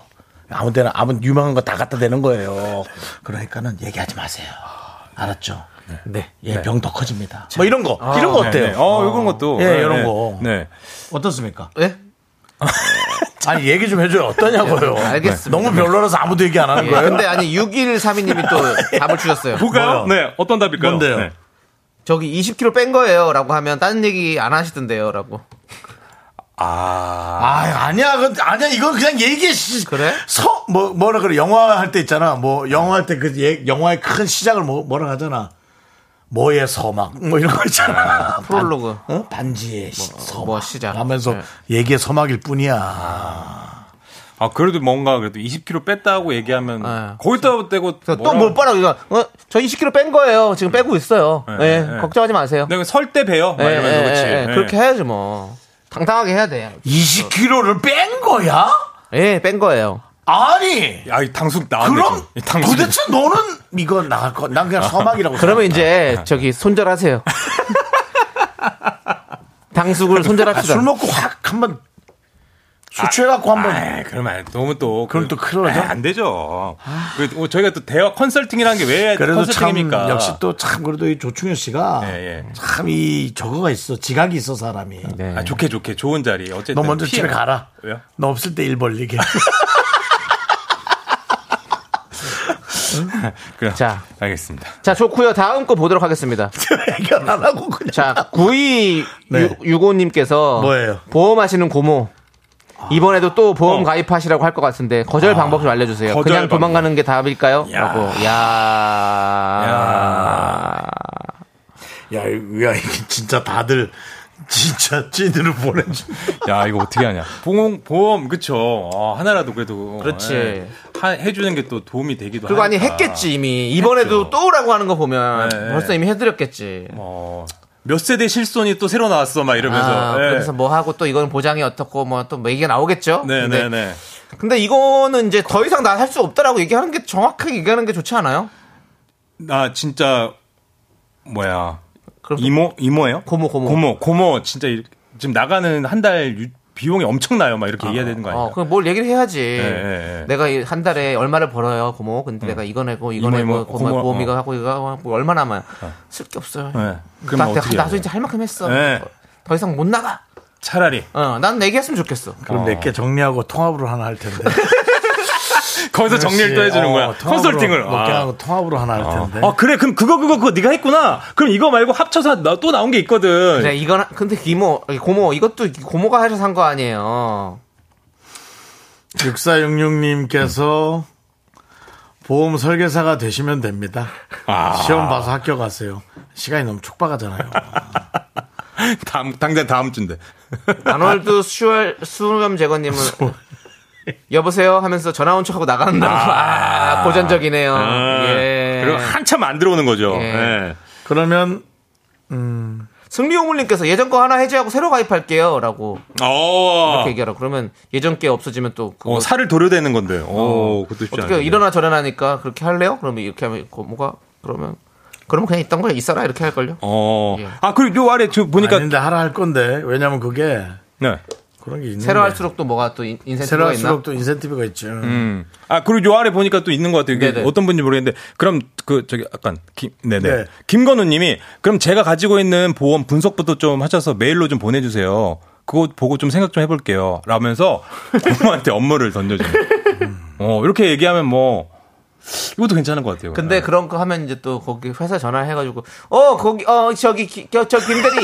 A: 아무 데나 아무 유명한 거 다 갖다 대는 거예요. 그러니까는 얘기하지 마세요. 알았죠?
B: 네.
A: 예, 병 더 커집니다. 아. 뭐 이런 거, 이런 거 어때요?
F: 네, 네. 어, 이런 것도
A: 예,
F: 네,
A: 이런
F: 네.
A: 거.
F: 네.
A: 어떻습니까?
B: 예?
A: 아니 얘기 좀 해줘요. 어떠냐고요. 네.
B: 예, 알겠습니다.
A: 너무 별로라서 아무도 얘기 안 하는
B: 예,
A: 거예요.
B: 근데 아니 6132님이 또 답을 주셨어요.
F: 볼까요? 네. 어떤 답일까요?
A: 뭔데요?
F: 네.
B: 저기 20kg 뺀 거예요라고 하면 다른 얘기 안 하시던데요라고.
F: 아.
A: 아 아니야, 그, 아니야 이건 그냥 얘기해. 씨.
B: 그래?
A: 서, 뭐 뭐라 그래? 영화 할 때 있잖아. 뭐 영화 할 때 그 영화의 큰 시작을 뭐 뭐라 하잖아. 뭐의 서막 뭐 이런 거 있잖아.
B: 프롤로그.
A: 반, 어? 반지의 시- 서막
B: 뭐 시작.
A: 하면서 얘기의 서막일 뿐이야.
F: 아 그래도 뭔가 그래도 20kg 뺐다고 얘기하면
A: 네.
B: 아,
F: 거기다 대고
B: 또 못 빨아 이거. 어, 저 20kg 뺀 거예요. 지금 빼고 있어요. 예.
F: 예, 예, 예.
B: 걱정하지 마세요.
F: 내가 설때 배요. 막
B: 예,
F: 이러면서
B: 예,
F: 그치.
B: 예,
F: 예.
B: 예. 그렇게 해야지 뭐. 당당하게 해야 돼.
A: 20kg를 뺀 거야?
B: 예, 뺀 거예요.
A: 아니.
F: 야, 이 당숙 나왔네.
A: 그럼
F: 지금. 이 당숙.
A: 도대체 너는 이거 나갈 거? 난 그냥 서막이라고.
B: 그러면 이제 저기 손절하세요. 당숙을 손절합시다.
A: 아, 술 먹고 확 한번 술 취해갖고 한번
F: 아, 그러면 안- 너무 또
A: 그럼 또 큰일 나죠?
F: 아, 안 되죠. 그, 뭐 저희가 또 대화 컨설팅이라는 게 왜
A: 그래도 참
F: 컨설팅입니까?
A: 역시 또 참 그래도 이 조충현 씨가
F: 예, 예.
A: 참 이 저거가 있어 지각이 있어 사람이
B: 네.
F: 아, 좋게 좋게 좋은 자리. 어쨌든
A: 너 먼저 집에
F: 피해-
A: 가라
F: 왜요?
A: 너 없을 때 일 벌리게
F: 그래.
B: 자.
F: 알겠습니다.
B: 자, 좋고요. 다음 거 보도록 하겠습니다.
A: 해결 안 하고 그냥
F: 아,
B: 자, 92
A: 네.
B: 65님께서
A: 뭐예요?
B: 보험하시는 고모.
F: 아.
B: 이번에도 또 보험 가입하시라고 할 것 같은데 거절 방법 좀 알려주세요.
F: 어. 거절
B: 그냥
F: 방법.
B: 도망가는 게 답일까요? 라고. 야.
A: 야, 이거- 야 이게 진짜 다들 진짜 찐으로 보내준
F: 야, 이거 어떻게 하냐. 보험, 보험, 그쵸. 아, 하나라도 그래도.
B: 그렇지.
F: 예. 하- 해주는 게 또 도움이 되기도 하고.
B: 그리고 아니 했겠지 이미 이번에도 또라고 하는 거 보면
F: 네.
B: 벌써 이미 해드렸겠지.
F: 어, 몇 세대 실손이 또 새로 나왔어, 막 이러면서.
B: 아,
F: 예.
B: 그래서 뭐 하고 또 이건 보장이 어떻고 뭐 또 얘기가 나오겠죠.
F: 네네네.
B: 근데, 근데 이거는 이제 더 이상 나 할 수 없다라고 얘기하는 게 정확하게 얘기하는 게 좋지 않아요?
F: 나 진짜 뭐야
B: 그럼
F: 이모 이모예요?
B: 고모, 고모.
F: 고모 고모 진짜 이- 지금 나가는 한 달 비용이 엄청나요. 막 이렇게 얘기해야 되는 거 아니에요?
B: 어, 그럼 뭘 얘기를 해야지.
F: 네, 네.
B: 내가 이한 달에 얼마를 벌어요, 고모. 근데 내가 이거 내고 이거
F: 음. 이모,
B: 내고
F: 이모,
B: 고모,
F: 고모,
B: 고모 이거
F: 어.
B: 하고 이거 하고 얼마나만 쓸게 없어요.
F: 네. 그럼
B: 나,
F: 어떻게
B: 나, 도
F: 해요?
B: 이제 할 만큼 했어.
F: 네.
B: 더 이상 못 나가.
F: 차라리
B: 어, 난 얘기했으면 좋겠어.
A: 그럼 몇 개 정리하고 통합으로 하나 할 텐데
F: 거기서 정리를 또 해주는
A: 어,
F: 거야.
A: 통합으로
F: 컨설팅을.
A: 몇개
F: 아.
A: 하고 통합으로 하나 할 텐데
F: 아, 그래 그럼 그거 그거 그거 네가 했구나. 그럼 이거 말고 합쳐서 나, 또 나온 게 있거든.
B: 그래, 이건, 근데 이모, 고모, 이것도 고모가 하셔서 한 거 아니에요.
A: 6466님께서 보험 설계사가 되시면 됩니다.
F: 아.
A: 시험 봐서 합격하세요. 시간이 너무 촉박하잖아요.
F: 다음 당장 다음 주인데.
B: 아놀드 슈얼 수염 제거님은 여보세요 하면서 전화 온 척하고 나간다는 거. 아, 고전적이네요. 예.
F: 그리고 한참 안 들어오는 거죠.
B: 예.
F: 예.
A: 그러면
B: 승리오물님께서 예전 거 하나 해제하고 새로 가입할게요. 라고
F: 어.
B: 이렇게 얘기하라. 그러면 예전 게 없어지면 또 그거
F: 어, 살을 도려대는 건데. 어, 그것도 쉽지
B: 어떻게
F: 않아요.
B: 일어나 저러나니까 그렇게 할래요? 그러면 이렇게 하면 그 뭐가 그러면 그러면 그냥 있던 거야 있어라 이렇게 할 걸요.
F: 어.
B: 예.
F: 아, 그리고 요 아래 저 보니까
A: 아닌데 하라 할 건데 왜냐면 그게
F: 네.
A: 그런 게 있는데
B: 새로 할수록 또 뭐가 또 인-
A: 새로
B: 인센티브가 있나?
A: 할수록 또 인센티브가 있죠.
F: 음. 아, 그리고 요 아래 보니까 또 있는 것 같아요. 이게
B: 네네.
F: 어떤 분인지 모르겠는데, 그럼 그, 저기, 약간, 김, 네네.
A: 네.
F: 김건우 님이, 그럼 제가 가지고 있는 보험 분석부터 좀 하셔서 메일로 좀 보내주세요. 그거 보고 좀 생각 좀 해볼게요. 라면서 고모한테 업무를 던져줘요.
B: 음.
F: 어, 이렇게 얘기하면 뭐, 이것도 괜찮은 것 같아요.
B: 근데 그런 거 하면 이제 또 거기 회사 전화해가지고 어 거기 어 저기 기- 저, 저 김대리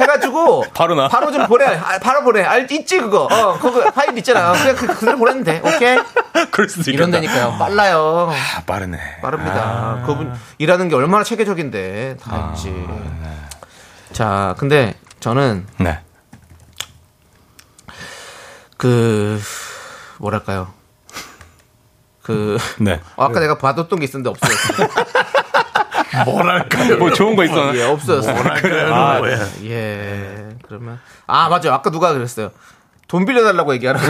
B: 해가지고
F: 바로 나.
B: 바로 좀 보내 아, 바로 보내 알 있지 그거 어 그거 파일 있잖아 그냥 그, 그대로 보내면 돼 오케이
F: 아, 그럴 수도
B: 이런
F: 있겠다.
B: 데니까요 빨라요
F: 아, 빠르네.
B: 빠릅니다
A: 아.
B: 그분 일하는 게 얼마나 체계적인데 다 있지
A: 네.
B: 자 근데 저는
F: 네.
B: 그 뭐랄까요 그
F: 네.
B: 어, 아까 내가 봐뒀던 게 있었는데 없어졌어요
A: 뭐랄까요?
F: 뭐 좋은 거 있었나?
B: 예 없어졌어요 아,
A: 뭐랄까요? 뭐예요?
B: 예. 그러면 아 맞아요. 아까 누가 그랬어요. 돈 빌려달라고 얘기하라고.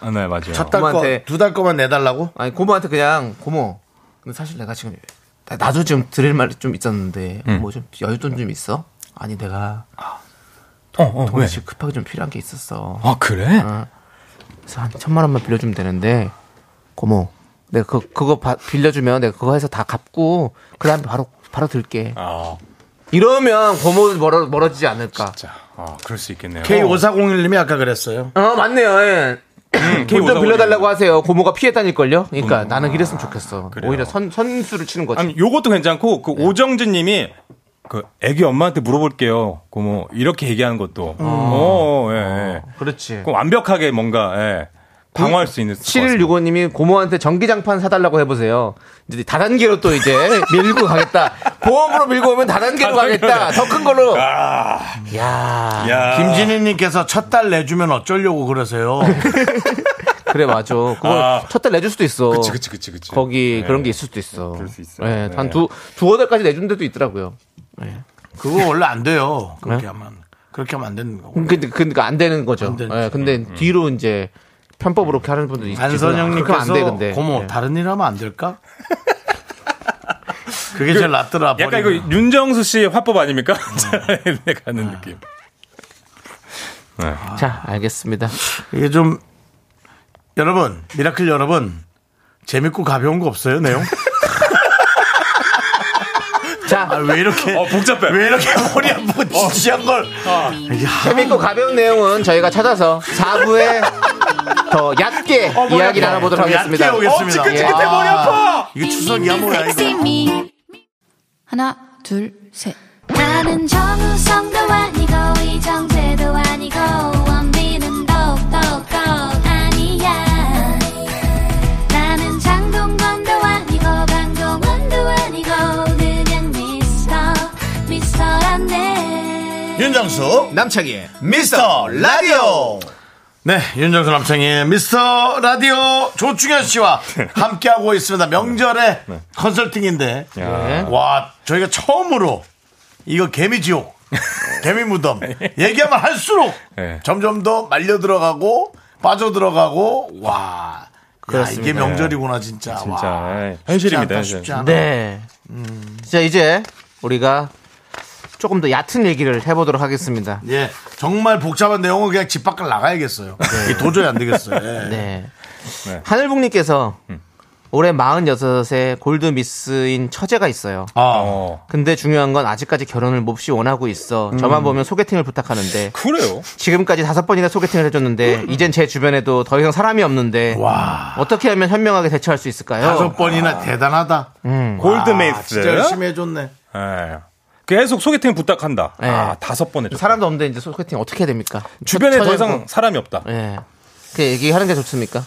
F: 아, 네, 맞아요.
A: 첫달 거,
B: 엄마한테.
A: 두 달 거만 내달라고?
B: 아니 고모한테 그냥 고모. 근데 사실 내가 지금 나- 나도 지금 드릴 말이 좀 있었는데
A: 음.
B: 뭐 좀 여윳돈 좀 있어? 아니 내가
F: 어, 어,
B: 돈이 지금 급하게 좀 필요한 게 있었어.
F: 아, 그래?
B: 그래서 한 천만 원만 빌려주면 되는데 고모 내가 그 그거 바- 빌려주면 내가 그거 해서 다 갚고 그다음에 바로 바로 들게.
F: 아,
B: 이러면 고모 멀어 멀어지지 않을까?
F: 자, 아, 그럴 수 있겠네요.
A: K5401님이 아까 그랬어요.
B: 어 맞네요. 예. 돈 좀
F: K5401.
B: 빌려달라고 하세요. 고모가 피해 다닐걸요? 그러니까 나는 이랬으면 좋겠어. 오히려 선, 선수를 치는 거지.
F: 아니 요것도 괜찮고 그 오정진 님이 그 애기 엄마한테 물어볼게요. 고모 이렇게 얘기하는 것도. 어, 예, 예.
B: 그렇지.
F: 그럼 완벽하게 뭔가 예. 방어할 수 있는
B: 7165님이 고모한테 전기장판 사달라고 해보세요. 이제 다단계로 또 이제 밀고 가겠다. 보험으로 밀고 오면 다단계로 가겠다. 더 큰 걸로. 야
F: 야.
A: 김진희님께서 첫 달 내주면 어쩌려고 그러세요?
B: 그래, 맞아. 그거
F: 아.
B: 첫 달 내줄 수도 있어.
F: 그치 그치 그치 그치.
B: 거기
F: 예.
B: 그런 게 있을 수도 있어.
F: 그럴 수 있어요.
B: 예,
F: 네.
B: 한 두, 두어 달까지 내준 데도 있더라고요.
A: 그거 원래 안 돼요. 그렇게
B: 네? 음.
A: 하면. 그렇게 하면 안 되는
F: 음.
A: 거고.
B: 근데 그니까 안 되는 거죠.
A: 안 되는 음,
B: 예, 근데 뒤로 이제 편법으로 이렇게 하는 분들이 있지.
A: 안선영님께서
B: 그건 안 돼, 근데.
A: 고모
B: 예.
A: 다른 일 하면 안 될까? 그게 제일 낫더라.
F: 약간 이거
A: 버리면.
F: 윤정수 씨의 화법 아닙니까? 차라리 가는 느낌. 네.
B: 자, 알겠습니다.
A: 이게 좀 여러분 미라클 여러분 재밌고 가벼운 거 없어요 내용? 아,
B: 자,
A: 왜 이렇게
F: 어, 복잡해.
A: 왜 이렇게 머리 아프고 지지한 걸?
B: 재밌고 가벼운 내용은 저희가 찾아서 4부에 더 얕게 이야기 나눠보도록
A: 좀 어, 얕게
B: 하겠습니다.
A: 오겠습니다.
B: 찌끈찌끈해, 어, 머리
A: 아파. 이게 추석이야 뭐야 이거?
G: 하나, 둘, 셋.
C: 나는 정우성도 아니고 이정재도 아니고 원빈은 더욱더 아니야 나는 장동건도 아니고 강동원도 아니고 그냥 미스터 미스터란데
A: 윤정수
B: 남창희의
A: 미스터 라디오. 네, 윤정수 남창의 미스터 라디오 조충현 씨와 함께하고 있습니다.
F: 네.
A: 명절에 컨설팅인데,
B: 네.
A: 와, 저희가 처음으로 이거 개미지옥, 개미무덤 얘기하면 할수록
F: 네.
A: 점점 더 말려 들어가고 빠져 들어가고, 와, 야, 이게 명절이구나, 진짜.
F: 진짜
A: 아, 와,
F: 예. 현실입니다.
A: 쉽지 않다, 쉽지
F: 현실.
A: 않아.
B: 네. 자, 이제 우리가 조금 더 얕은 얘기를 해보도록 하겠습니다.
A: 예, 정말 복잡한 내용은 그냥 집 밖을 나가야겠어요. 이게 도저히 안 되겠어요. 예.
B: 네. 음.
F: 네.
B: 하늘북님께서 올해 46에 골드미스인 처제가 있어요.
A: 아,
F: 어.
B: 근데 중요한 건 아직까지 결혼을 몹시 원하고 있어. 저만 보면 소개팅을 부탁하는데
F: 그래요.
B: 그렇죠. 지금까지 다섯 번이나 소개팅을 해줬는데 이젠 제 주변에도 더 이상 사람이 없는데
A: 와.
B: 어떻게 하면 현명하게 대처할 수 있을까요?
A: 다섯 번이나 대단하다. 아,
F: 골드메이스.
A: 어. 진짜 열심히 해줬네.
F: 예. 계속 소개팅 부탁한다. 아, 다섯 번 해줘.
B: 사람도 없는데 이제 소개팅 어떻게 해야 됩니까?
F: 주변에
B: 처-
F: 더
B: 처제분.
F: 이상 사람이 없다.
B: 예. 그 얘기하는 게 좋습니까?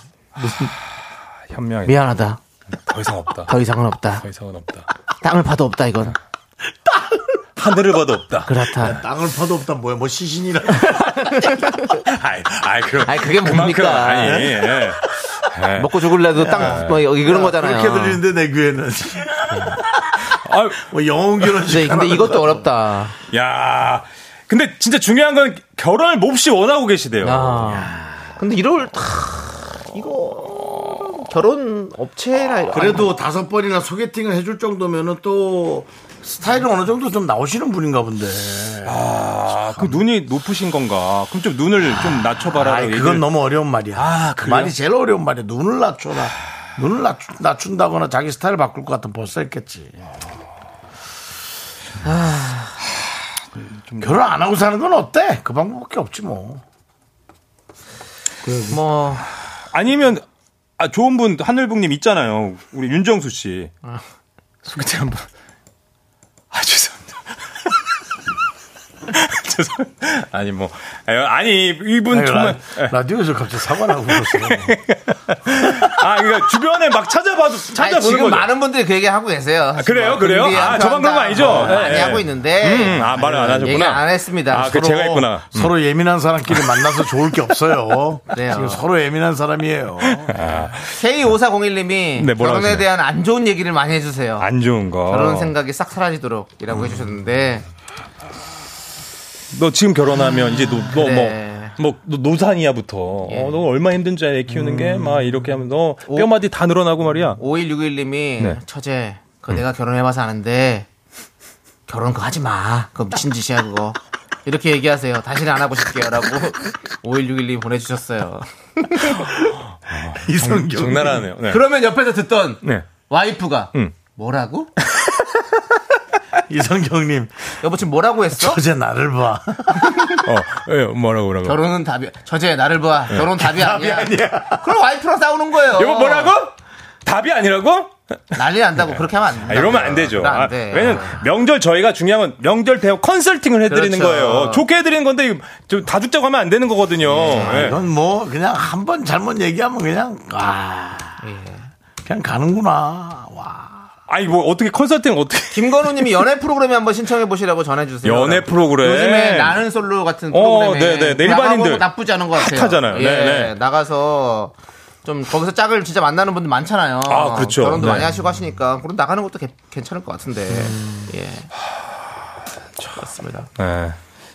F: 현명해.
B: 미안하다.
F: 더 이상 없다.
B: 더 이상은 없다.
F: 더 이상은 없다.
B: 땅을 봐도 없다 이건.
F: 하늘을 봐도 없다.
B: 그렇다.
A: 땅을 파도 없다 뭐야 뭐 시신이라
F: 아이, 아이, 그럼.
B: 아이, 그게
F: 그만큼,
B: 뭡니까? 네?
F: 아니, 예. 예.
B: 먹고 죽을래도 땅, 뭐, 여기 그런 거잖아요.
A: 그렇게 들리는데 내 귀에는
F: 아유,
A: 뭐 영혼 결혼식
B: 네, 근데, 근데 이것도 어렵다.
F: 야. 근데 진짜 중요한 건 결혼을 몹시 원하고 계시대요.
B: 아. 근데 이럴, 다, 이거, 결혼 업체라. 이런-
A: 그래도 다섯 번이나 소개팅을 해줄 정도면은 또 스타일은 어느 정도 좀 나오시는 분인가 본데
F: 아, 그 눈이 높으신 건가? 그럼 좀 눈을
B: 아,
F: 좀 낮춰봐라.
A: 아이, 그건 너무 어려운 말이야.
F: 아,
A: 그
F: 그래요?
A: 말이 제일 어려운 말이야. 눈을 낮춰라. 눈을 낮춘, 낮춘다거나 자기 스타일 바꿀 것 같으면 벌써 했겠지. 아, 결혼 안 하고 사는 건 어때? 그 방법밖에 없지 뭐.
B: 뭐,
F: 아니면 아, 좋은 분 하늘북님 있잖아요. 우리 윤정수 씨.
B: 아,
F: 소개팅 한번. 아 죄송합니다. 죄송합니다. 아니 뭐 아유, 아니 이분
A: 아니,
F: 정말
A: 라, 라디오에서 갑자기 사과하고 그러세요.
F: 아 그러니까 주변에 막 찾아봐도
B: 아니,
F: 찾아보는
B: 지금
F: 거죠.
B: 많은 분들이 그 얘기 하고 계세요. 사실
F: 그래요?
B: 뭐
F: 그래요?
B: 준비하고
F: 아, 저만 그런 거
B: 한다.
F: 아니죠?
B: 어, 많이
F: 예, 예.
B: 하고 있는데.
F: 음, 아 말을 안
B: 얘기
F: 하셨구나.
B: 안 했습니다.
F: 아, 그 제가 했구나. 음.
A: 서로 예민한 사람끼리 만나서 좋을 게 없어요.
B: 그래요.
A: 지금 서로 예민한 사람이에요.
B: K5401님이
F: 네, 뭐라고
B: 결혼에
F: 하시나요? 아, 어.
B: 대한 안 좋은 얘기를 많이 해주세요.
F: 안 좋은 거.
B: 결혼 생각이 싹
F: 음.
B: 사라지도록이라고 해주셨는데
F: 너 지금 결혼하면 이제 너뭐뭐
B: 그래.
F: 뭐, 너 노산이야부터
B: 예.
F: 어, 너 얼마 힘든지 애 키우는 게 막 이렇게 하면 너 뼈마디 다 늘어나고 말이야
B: 5161님이
F: 네.
B: 처제 그거 내가 결혼해봐서 아는데 결혼 그거 하지 마 그거 미친 짓이야 그거 이렇게 얘기하세요 다시는 안 하고 싶게요라고 5161님 보내주셨어요
A: 이성경.
F: 장난하네요 네.
B: 그러면 옆에서 듣던
F: 네.
B: 와이프가
F: 음.
B: 뭐라고?
A: 이성경님,
B: 여보 지금 뭐라고 했어?
A: 어제 나를 봐.
F: 어, 예, 뭐라고 뭐라고.
B: 결혼은 답이 저제 나를 봐 결혼 답이 아니야.
F: 네. 아니야.
B: 그럼 와이프랑 싸우는 거예요
F: 이거 뭐라고? 답이 아니라고?
B: 난리 난다고 그렇게 하면 안
F: 아,
B: 된다
F: 이러면 안 되죠.
B: 그러면
F: 아,
B: 안 돼.
F: 왜냐면 명절 저희가 중요한 건 명절 대우 컨설팅을 해드리는
B: 그렇죠.
F: 거예요. 좋게 해드리는 건데 이거 좀 다죽자고 하면 안 되는 거거든요. 예.
A: 이건 뭐 그냥 한 번 잘못 얘기하면 그냥 아
B: 예.
A: 그냥 가는구나 와
F: 아니 뭐 어떻게 컨설팅 어떻게?
B: 김건우님이 연애 프로그램에 한번 신청해 보시라고 전해주세요.
F: 연애 프로그램.
B: 요즘에 나는 솔로 같은
F: 어,
B: 프로그램에
F: 네네. 네,
B: 나가고
F: 일반인들.
B: 나쁘지 않은 것 같아요.
F: 핫하잖아요.
B: 예,
F: 네네.
B: 나가서 좀 거기서 짝을 진짜 만나는 분들 많잖아요.
F: 아, 그렇죠.
B: 결혼도
F: 네.
B: 많이 하시고 하시니까 그럼 나가는 것도 개- 괜찮을 것 같은데.
F: 음.
B: 예. 그렇습니다.
F: 예.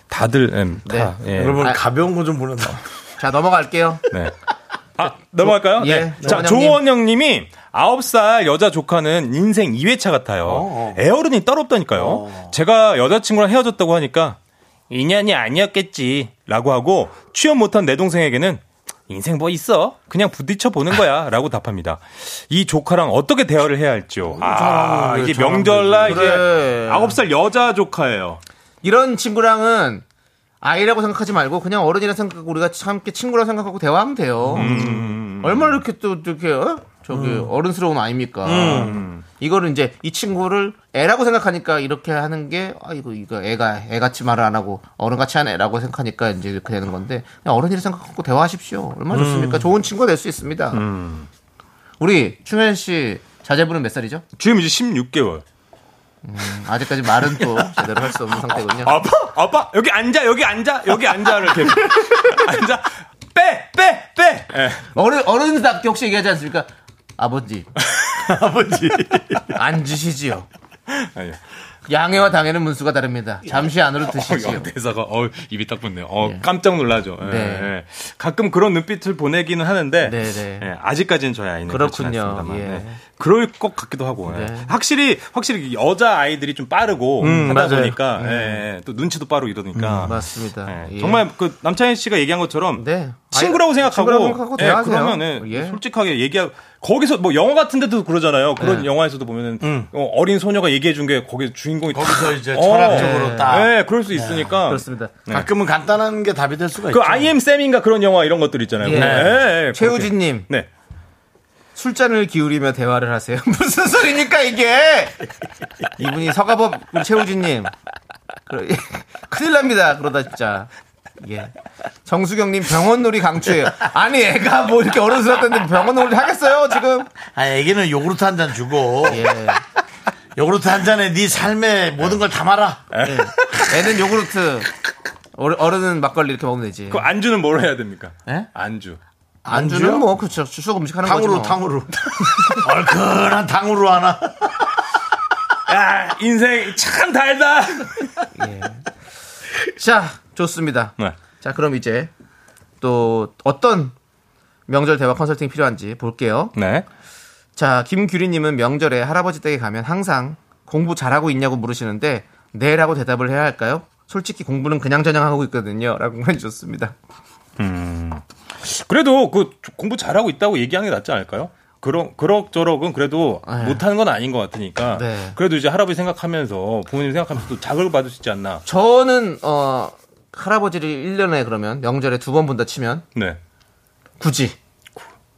F: 다들 예, 다.
B: 네.
F: 예.
A: 여러분
B: 아.
A: 가벼운 거 좀 보낸다
B: 자 넘어갈게요.
F: 네. 아, 넘어갈까요?
B: 예,
F: 네. 자,
B: 조원영님.
F: 조원영 님이 9살 여자 조카는 인생 2회차 같아요. 어, 애어른이 따로 없다니까요. 제가 여자친구랑 헤어졌다고 하니까 인연이 아니었겠지 라고 하고 취업 못한 내 동생에게는 인생 뭐 있어? 그냥 부딪혀 보는 거야 라고 답합니다. 이 조카랑 어떻게 대화를 해야 할지요. 아, 이게 명절날
B: 그래.
F: 이제 9살 여자 조카예요.
B: 이런 친구랑은 아이라고 생각하지 말고 그냥 어른이라 생각하고 우리가 함께 친구라 생각하고 대화하면 돼요. 얼마나 이렇게 또 이렇게 어? 저기 어른스러운 아이입니까? 이거를 이제 이 친구를 애라고 생각하니까 이렇게 하는 게 아이고 이거 애가 애같이 말을 안 하고 어른같이 하네라고 생각하니까 이제 이렇게 되는 건데 그냥 어른이라 생각하고 대화하십시오. 얼마나 좋습니까? 좋은 친구가 될 수 있습니다. 우리 충현 씨 자제분은 몇 살이죠?
F: 지금 이제 16개월.
B: 아직까지 말은 또 제대로 할 수 없는 상태거든요.
F: 아빠, 아빠, 여기 앉아, 여기 앉아, 여기 앉아를 이렇게 앉아, 빼, 빼, 빼.
B: 어른 어른답게 혹시 얘기하지 않습니까? 아버지
F: 아버지.
B: 앉으시지요.
F: 아니요.
B: 양해와 당해는 문수가 다릅니다. 잠시 안으로
F: 어,
B: 드시지요.
F: 어, 대사가 어 입이 딱 붙네요. 어 깜짝 놀라죠. 예,
B: 네.
F: 예. 가끔 그런 눈빛을 보내기는 하는데
B: 네, 네.
F: 예, 아직까지는 저희 아이는 그렇군요.
B: 그렇군요.
F: 않습니다만
B: 예.
F: 네. 그럴 것 같기도 하고 예. 확실히 확실히 여자 아이들이 좀 빠르고 하다
A: 맞아요.
F: 보니까 예, 예. 또 눈치도 빠르고 이러니까
B: 맞습니다.
F: 예.
B: 예.
F: 정말 그 남창희 씨가 얘기한 것처럼
B: 네.
F: 친구라고
B: 아이,
F: 생각하고,
B: 친구라고 생각하고
F: 예,
B: 대화하세요.
F: 그러면은
B: 예.
F: 솔직하게 얘기하고 거기서 뭐 영화 같은 데도 그러잖아요. 그런
B: 네.
F: 영화에서도 보면은 어, 린 소녀가 얘기해 준 게 거기 주인공이
A: 거기서
F: 다-
A: 이제
F: 어,
A: 철학적으로
F: 예.
A: 딱.
F: 예, 그럴 수 있으니까.
B: 그렇습니다.
A: 가끔은 간단한 게 답이 될 수가
F: 그
B: 아-
A: 있죠
F: I am 쌤인가 그런 영화 이런 것들 있잖아요.
B: 예.
F: 예, 예, 그렇게.
B: 최우진님
F: 네.
B: 술잔을 기울이며 대화를 하세요. 무슨 소리니까 이게 이분이 서가법 우리 최우진님 그러- 예. 큰일 납니다. 그러다 진짜. 예. 정수경님 병원놀이 강추해요. 아니 애가 뭐 이렇게 어른스럽다는데 병원놀이 하겠어요 지금?
A: 아 애기는 요구르트 한 잔 주고
B: 예.
A: 요구르트 한 잔에 네 삶의 모든 걸 담아라. 예?
B: 애는 요구르트, 어르- 어른은 막걸리 이렇게 먹으면 되지.
F: 그 안주는 뭘 해야 됩니까?
B: 예?
F: 안주.
B: 안주는 뭐 그렇죠. 추석 음식 하는 거지.
A: 탕으로
B: 뭐.
A: 탕으로 얼큰한 탕으로 하나.
F: 야 아, 인생 참 달다.
B: 자, 좋습니다.
F: 네.
B: 자, 그럼 이제 또 어떤 명절 대화 컨설팅이 필요한지 볼게요.
F: 네.
B: 자, 김규리님은 명절에 할아버지 댁에 가면 항상 공부 잘하고 있냐고 물으시는데 네라고 대답을 해야 할까요? 솔직히 공부는 그냥 저냥하고 있거든요. 라고 보내주셨습니다.
F: 그래도 그 공부 잘하고 있다고 얘기하는 게 낫지 않을까요? 그런 그럭저럭은 그래도
B: 네.
F: 못하는 건 아닌 것 같으니까
B: 네. 그래도
F: 그래도 이제 할아버지 생각하면서 부모님 생각하면서 자극을 받을 수 있지 않나.
B: 저는 어 할아버지를 1년에 그러면 명절에 두 번 본다 치면
F: 네.
B: 굳이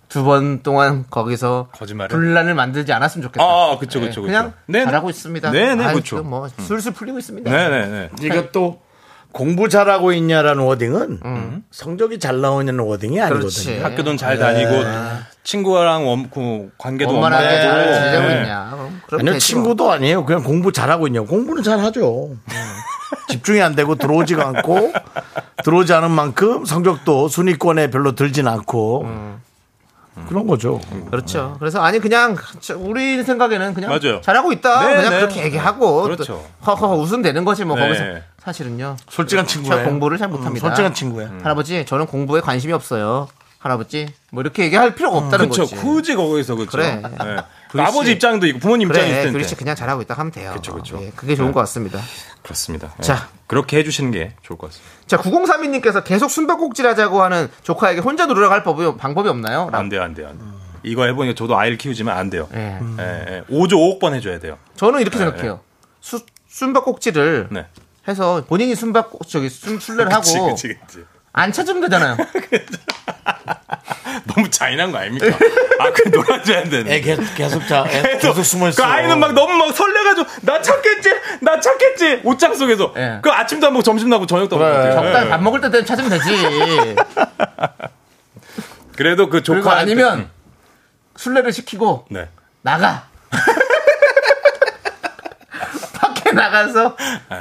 B: 두 번 동안 거기서
F: 거짓말을?
B: 분란을 만들지 않았으면 좋겠다.
F: 아, 아, 그쵸, 그쵸, 그쵸.
B: 냥
F: 네,
B: 잘하고
F: 네.
B: 있습니다.
F: 네, 네,
B: 아유,
F: 그쵸.
B: 지금 뭐 술술 풀리고 있습니다.
F: 네네네.
B: 예.
A: 이것도 공부 잘하고 있냐라는 워딩은 성적이 잘 나오냐는 워딩이
B: 음. 그렇지.
A: 아니거든요.
F: 학교도 잘 다니고 친구랑 원, 그 관계도
B: 예. 원만하게
F: 원만하게
B: 잘 지내고
F: 네.
B: 있냐. 그럼 그렇게
A: 아니요
B: 되지 뭐.
A: 친구도 아니에요. 그냥 공부 잘하고 있냐고 공부는 잘하죠. 네. 집중이 안 되고 들어오지가 않고 들어오지 않은 만큼 성적도 순위권에 별로 들진 않고
F: 음.
A: 그런 거죠.
B: 뭐. 그렇죠. 그래서 아니 그냥 저- 우리 생각에는 그냥
F: 맞아요.
B: 잘하고 있다.
F: 네,
B: 그냥
F: 네.
B: 그렇게 얘기하고
F: 그렇죠.
B: 또 허허허 웃으면 되는 거지 뭐
F: 네.
B: 거기서 사실은요.
A: 솔직한
B: 잘
A: 친구예요.
B: 공부를 잘
A: 음,
B: 못합니다.
A: 솔직한 친구예요.
B: 할아버지 저는 공부에 관심이 없어요. 할아버지 뭐 이렇게 얘기할 필요가 없다는
F: 그렇죠.
B: 거지.
F: 굳이 거기서 그렇죠.
B: 그래.
F: 네. 아버지 입장도 있고 부모님 입장이
B: 그래,
F: 있을
B: 그렇지
F: 텐데.
B: 그냥 잘하고 있다 하면 돼요. 그렇죠,
F: 그쵸. 네.
B: 그게 좋은 것 같습니다.
F: 그렇습니다. 예.
B: 자.
F: 그렇게 해주시는 게 좋을 것 같습니다.
B: 자, 9032님께서 계속 순박꼭질 하자고 하는 조카에게 혼자 노으러갈 법이, 방법이 없나요? 라고.
F: 안 돼요, 안 돼요, 안 돼요.
B: 음.
F: 이거 해보니까 저도 아이를 키우지만 안 돼요.
B: 예.
F: 예, 예. 5조 5억번 해줘야 돼요.
B: 저는 이렇게 생각해요. 수, 숨바꼭질을
F: 네.
B: 해서 본인이 숨박 저기 숨 술래를
F: 그치,
B: 하고
F: 그치, 그치.
B: 안 찾으면 되잖아요.
F: 너무 잔인한 거 아닙니까? 아, 그 놀아줘야 되는.
A: 애 계속 계속 자 애 계속 숨어 있어.
F: 그 아이는 막 너무 막 설레가지고 나 찾겠지, 나 찾겠지 옷장 속에서.
B: 예.
F: 그 아침도 안 먹고 점심도 안 먹고 저녁도 안 먹고.
B: 적당히 밥 먹을 때 찾으면 되지.
F: 그래도 그 조카
B: 그리고 아니면 술래를 시키고
F: 네.
B: 나가. 밖에 나가서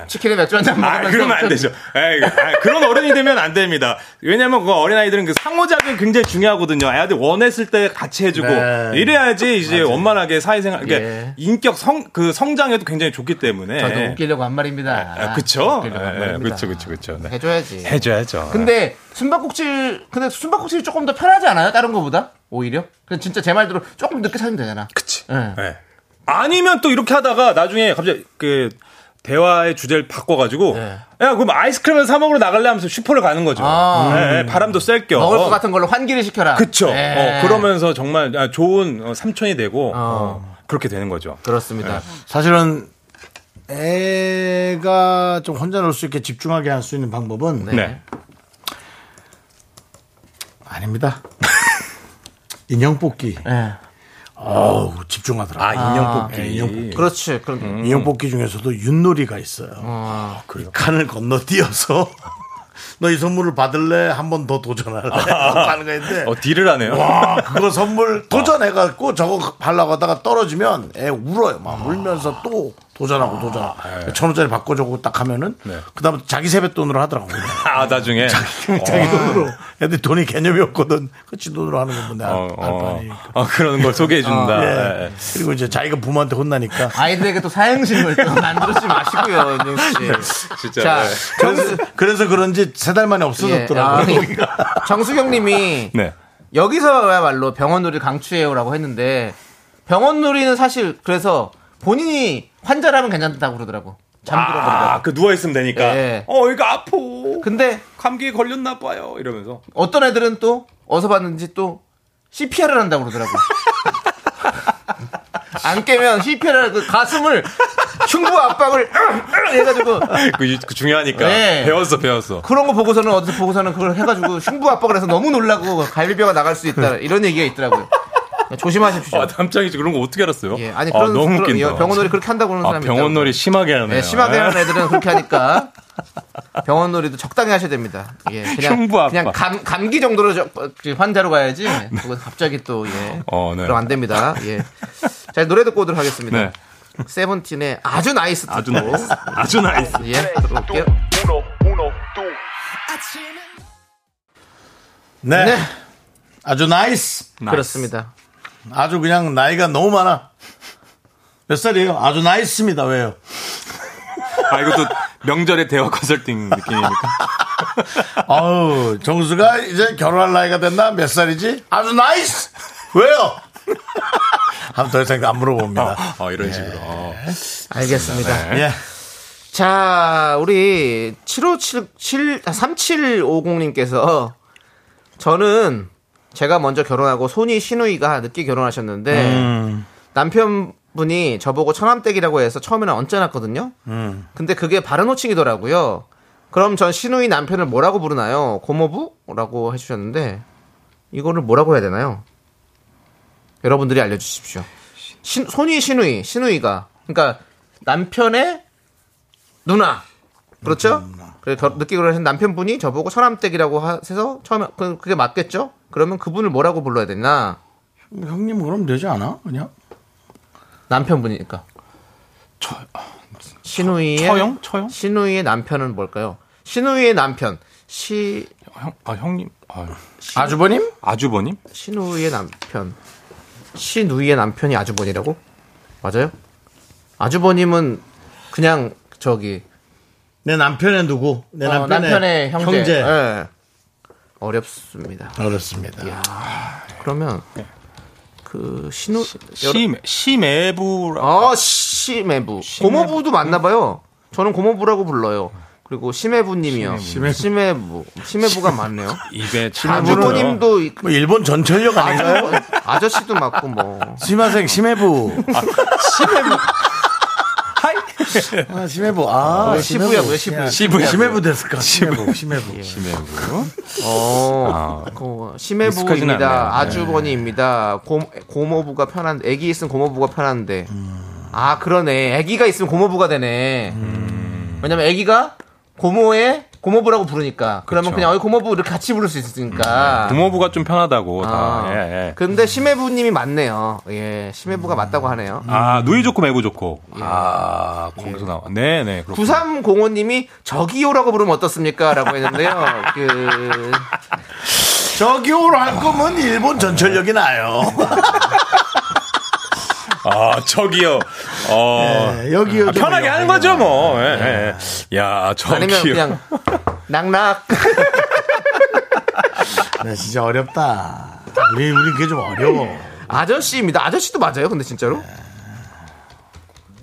B: 치킨에 맥주 한잔
F: 아,
B: 먹으면서
F: 그러면 안 되죠. 에이, 아, 그런 어른이 되면 안 됩니다. 왜냐면 그 어린아이들은 그 상호작용이 굉장히 중요하거든요. 아이들 원했을 때 같이 해주고
A: 네.
F: 이래야지 이제 원만하게 사회생활, 그러니까
B: 예.
F: 인격 성, 그 성장에도 굉장히 좋기 때문에.
B: 저도 웃기려고 한 말입니다.
F: 예. 아, 그쵸?
B: 웃기려고 한
F: 예, 예,
B: 말입니다.
F: 그쵸, 그쵸, 그쵸. 네.
B: 해줘야지.
F: 해줘야죠.
B: 근데 숨바꼭질 근데 숨바꼭질이 조금 더 편하지 않아요? 다른 거보다 오히려? 그냥 진짜 제 말대로 조금 늦게 사면 되잖아.
F: 그치.
B: 예.
F: 예. 아니면 또 이렇게 하다가 나중에 갑자기 그 대화의 주제를 바꿔가지고
B: 예.
F: 야 그럼 아이스크림을 사 먹으러 나갈래 하면서 슈퍼를 가는 거죠.
B: 아.
F: 예, 예, 바람도 쐴겸
B: 먹을 것 같은 걸로 환기를 시켜라.
F: 그쵸.
B: 예.
F: 어, 그러면서 정말 아, 좋은 어, 삼촌이 되고
B: 어.
F: 어, 그렇게 되는 거죠.
B: 그렇습니다.
A: 사실은 애가 좀 혼자 놀 수 있게 집중하게 할 수 있는 방법은
F: 네.
A: 아닙니다. 인형 뽑기.
B: 예.
A: 어우 집중하더라.
F: 어.
A: 예,
F: 아 인형 뽑기.
A: 인형 뽑기.
B: 예. 그렇지. 그럼
A: 인형 음. 뽑기 중에서도 윷놀이가 있어요. 이 칸을 건너뛰어서 너 이 선물을 받을래? 한 번 더 도전할래? 하는 거인데
F: 어 딜을 하네요.
A: 와 그거 선물 도전해갖고 저거 발라고 하다가 떨어지면 애 울어요. 막 울면서 또 도전하고 도전하고 천 원짜리 바꿔주고 딱 하면은 그다음 자기 세뱃돈으로 하더라고요.
F: 아 나중에
A: 자기 돈으로 애들 돈이 개념이 없거든. 그치 돈으로 하는 건 뭔데
F: 어,
A: 알-
F: 어,
A: 알바니.
F: 어, 그런 걸 소개해 준다.
B: 아,
A: 예. 그리고 이제 자기가 부모한테 혼나니까
B: 아이들에게 또 사행심을 또 만들지 마시고요, 윤정 씨.
F: 진짜.
B: 자,
F: 네.
B: 정수,
A: 그래서 그런지 세 달 만에
B: 예.
A: 없어졌더라고요.
B: 아, 예. 정수경님이
F: 네.
B: 여기서야말로 병원놀이 강추해요라고 했는데 병원놀이는 사실 그래서 본인이 환자라면 괜찮다고 그러더라고. 잠들어버리라고.
F: 아그 누워 있으면 되니까.
B: 예.
F: 어 여기가 아프.
B: 근데
F: 감기에 걸렸나 봐요. 이러면서.
B: 어떤 애들은 또 어디서 봤는지 또 CPR을 한다고 그러더라고. 안 깨면 CPR 그 가슴을 흉부 압박을 해가지고
F: 그, 유- 그 중요하니까
B: 예.
F: 배웠어 배웠어.
B: 그런 거 보고서는 어디서 보고서는 그걸 해가지고 흉부 압박을 해서 너무 놀라고 갈비뼈가 나갈 수 있다 이런 얘기가 있더라고요. 네, 조심하십시오.
F: 아 남창이 지 그런 거 어떻게 알았어요?
B: 예, 아니
F: 아,
B: 그런,
F: 너무
B: 그런
F: 웃긴다.
B: 병원놀이 그렇게 한다고 하는
F: 아,
B: 사람이
F: 병원놀이
B: 있다고.
F: 심하게 하네요.
B: 예, 심하게 하는 애들은 그렇게 하니까 병원놀이도 적당히 하셔야 됩니다. 예, 그냥
F: 흉부 압박. 네.
B: 그냥 감, 감기 정도로 저- 저 환자로 가야지. 그건 갑자기 또 예,
F: 어, 네.
B: 그럼 안 됩니다. 예, 자 노래 듣고 오도록 하겠습니다.
F: 네.
B: 세븐틴의 아주 나이스 듣고
F: 아주 나이스. 아주 나이스.
B: 예 들어볼게요
A: 네.
B: 네.
A: 아주 나이스.
B: 그렇습니다
A: 아주 그냥 나이가 너무 많아. 몇 살이에요? 아주 나이스입니다. 왜요?
F: 아, 이것도 명절에 대화 컨설팅 느낌이니까.
A: 아우, 정수가 이제 결혼할 나이가 됐나? 몇 살이지? 아주 나이스! 왜요? 한더 이상 안 물어봅니다.
F: 어, 이런 식으로. 어.
B: 알겠습니다
A: 예.
B: 자 우리 7577 3750님께서 저는 제가 먼저 결혼하고 손이 시누이가 늦게 결혼하셨는데 남편분이 저보고 처남댁이라고 해서 처음에는 얹어놨거든요. 근데 그게 바른 호칭이더라고요. 그럼 전 시누이 남편을 뭐라고 부르나요? 고모부라고 해주셨는데 이거를 뭐라고 해야 되나요? 여러분들이 알려주십시오. 신, 손이 시누이, 시누이가 그러니까 남편의 누나 그렇죠?
A: 음,
B: 그래 겨- 늦게 결혼하신 남편분이 저보고 처남댁이라고 하- 해서 처음에 그- 그게 맞겠죠? 그러면 그분을 뭐라고 불러야 되나?
A: 형님 그럼 되지 않아? 그냥?
B: 남편분이니까.
A: 아,
B: 신우이의
F: 처형? 처형?
B: 신우이의 남편은 뭘까요? 신우이의 남편 시
F: 형, 아, 형님. 아,
A: 아주버님?
F: 아주버님?
B: 신우이의 남편 신우이의 남편이 아주버님이라고? 맞아요? 아주버님은 그냥 저기
A: 내 남편의 누구? 내
B: 어,
A: 남편의,
B: 남편의 형제.
A: 형제.
B: 예. 어렵습니다.
A: 그렇습니다.
B: 그러면 그 신우 여러-
F: 시, 시매부라.
B: 아, 심해부. 네. 고모부도 맞나봐요. 저는 고모부라고 불러요. 그리고 심해부님이요. 심해부. 심해부. 가 맞네요.
F: 입에
B: 아,
F: 자주 떠요.
B: 부모님도 이-
A: 뭐 일본 전철역 아닌가요?
B: 아저씨도 맞고 뭐.
A: 심하생 심해부.
F: 하이!
A: 아, 심해부. 아,
B: 왜 뭐. 시부야고요, 시부.
A: 시부. 심해부 됐을까? 심해부. 심해부.
F: 시매부.
B: 어, 그
F: 익숙하진 아, 않네요.
B: 심해부입니다. 아주버니입니다. 고, 고모부가 편한, 애기 있으면 고모부가 편한데.
F: 음.
B: 아, 그러네. 애기가 있으면 고모부가 되네.
F: 음.
B: 왜냐면 애기가 고모의 고모부라고 부르니까. 그러면
F: 그쵸.
B: 그냥 어이 고모부 이렇게 같이 부를 수 있으니까.
F: 부모부가 좀 편하다고. 다.
B: 아,
F: 예, 예.
B: 근데 심해부님이 맞네요. 예, 심해부가 맞다고 하네요.
F: 아, 누이 좋고 매부 좋고. 아, 거기서 나와. 네, 네. 그렇군
B: 9305님이 저기요라고 부르면 어떻습니까? 라고 했는데요. 그,
A: 저기로 할 거면 일본 전철역이 나요.
F: 아, 저기요. 어.
A: 네, 여기요.
F: 아, 편하게 하는 거죠, 뭐. 예, 예. 야, 저기요.
B: 네. 아니면 그냥 낙낙.
A: 네, 진짜 어렵다. 우리, 우리 그게 좀 어려워.
B: 아저씨입니다. 아저씨도 맞아요. 근데 진짜로.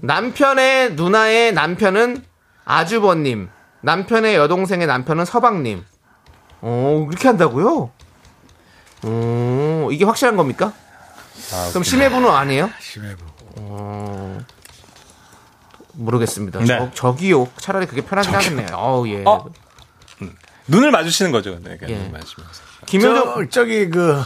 B: 남편의 누나의 남편은 아주버님. 남편의 여동생의 남편은 서방님. 오, 그렇게 한다고요? 오, 이게 확실한 겁니까? 아, 그럼 심해부는 아니에요? 어,
A: 심해부.
B: 모르겠습니다.
F: 네.
B: 저, 기요 차라리 그게 편하긴 하겠네요. 어우, 예.
F: 어? 눈을 마주치는 거죠. 네, 그냥
B: 예.
F: 눈 마주치면서.
B: 김효정,
A: 저, 저기 그,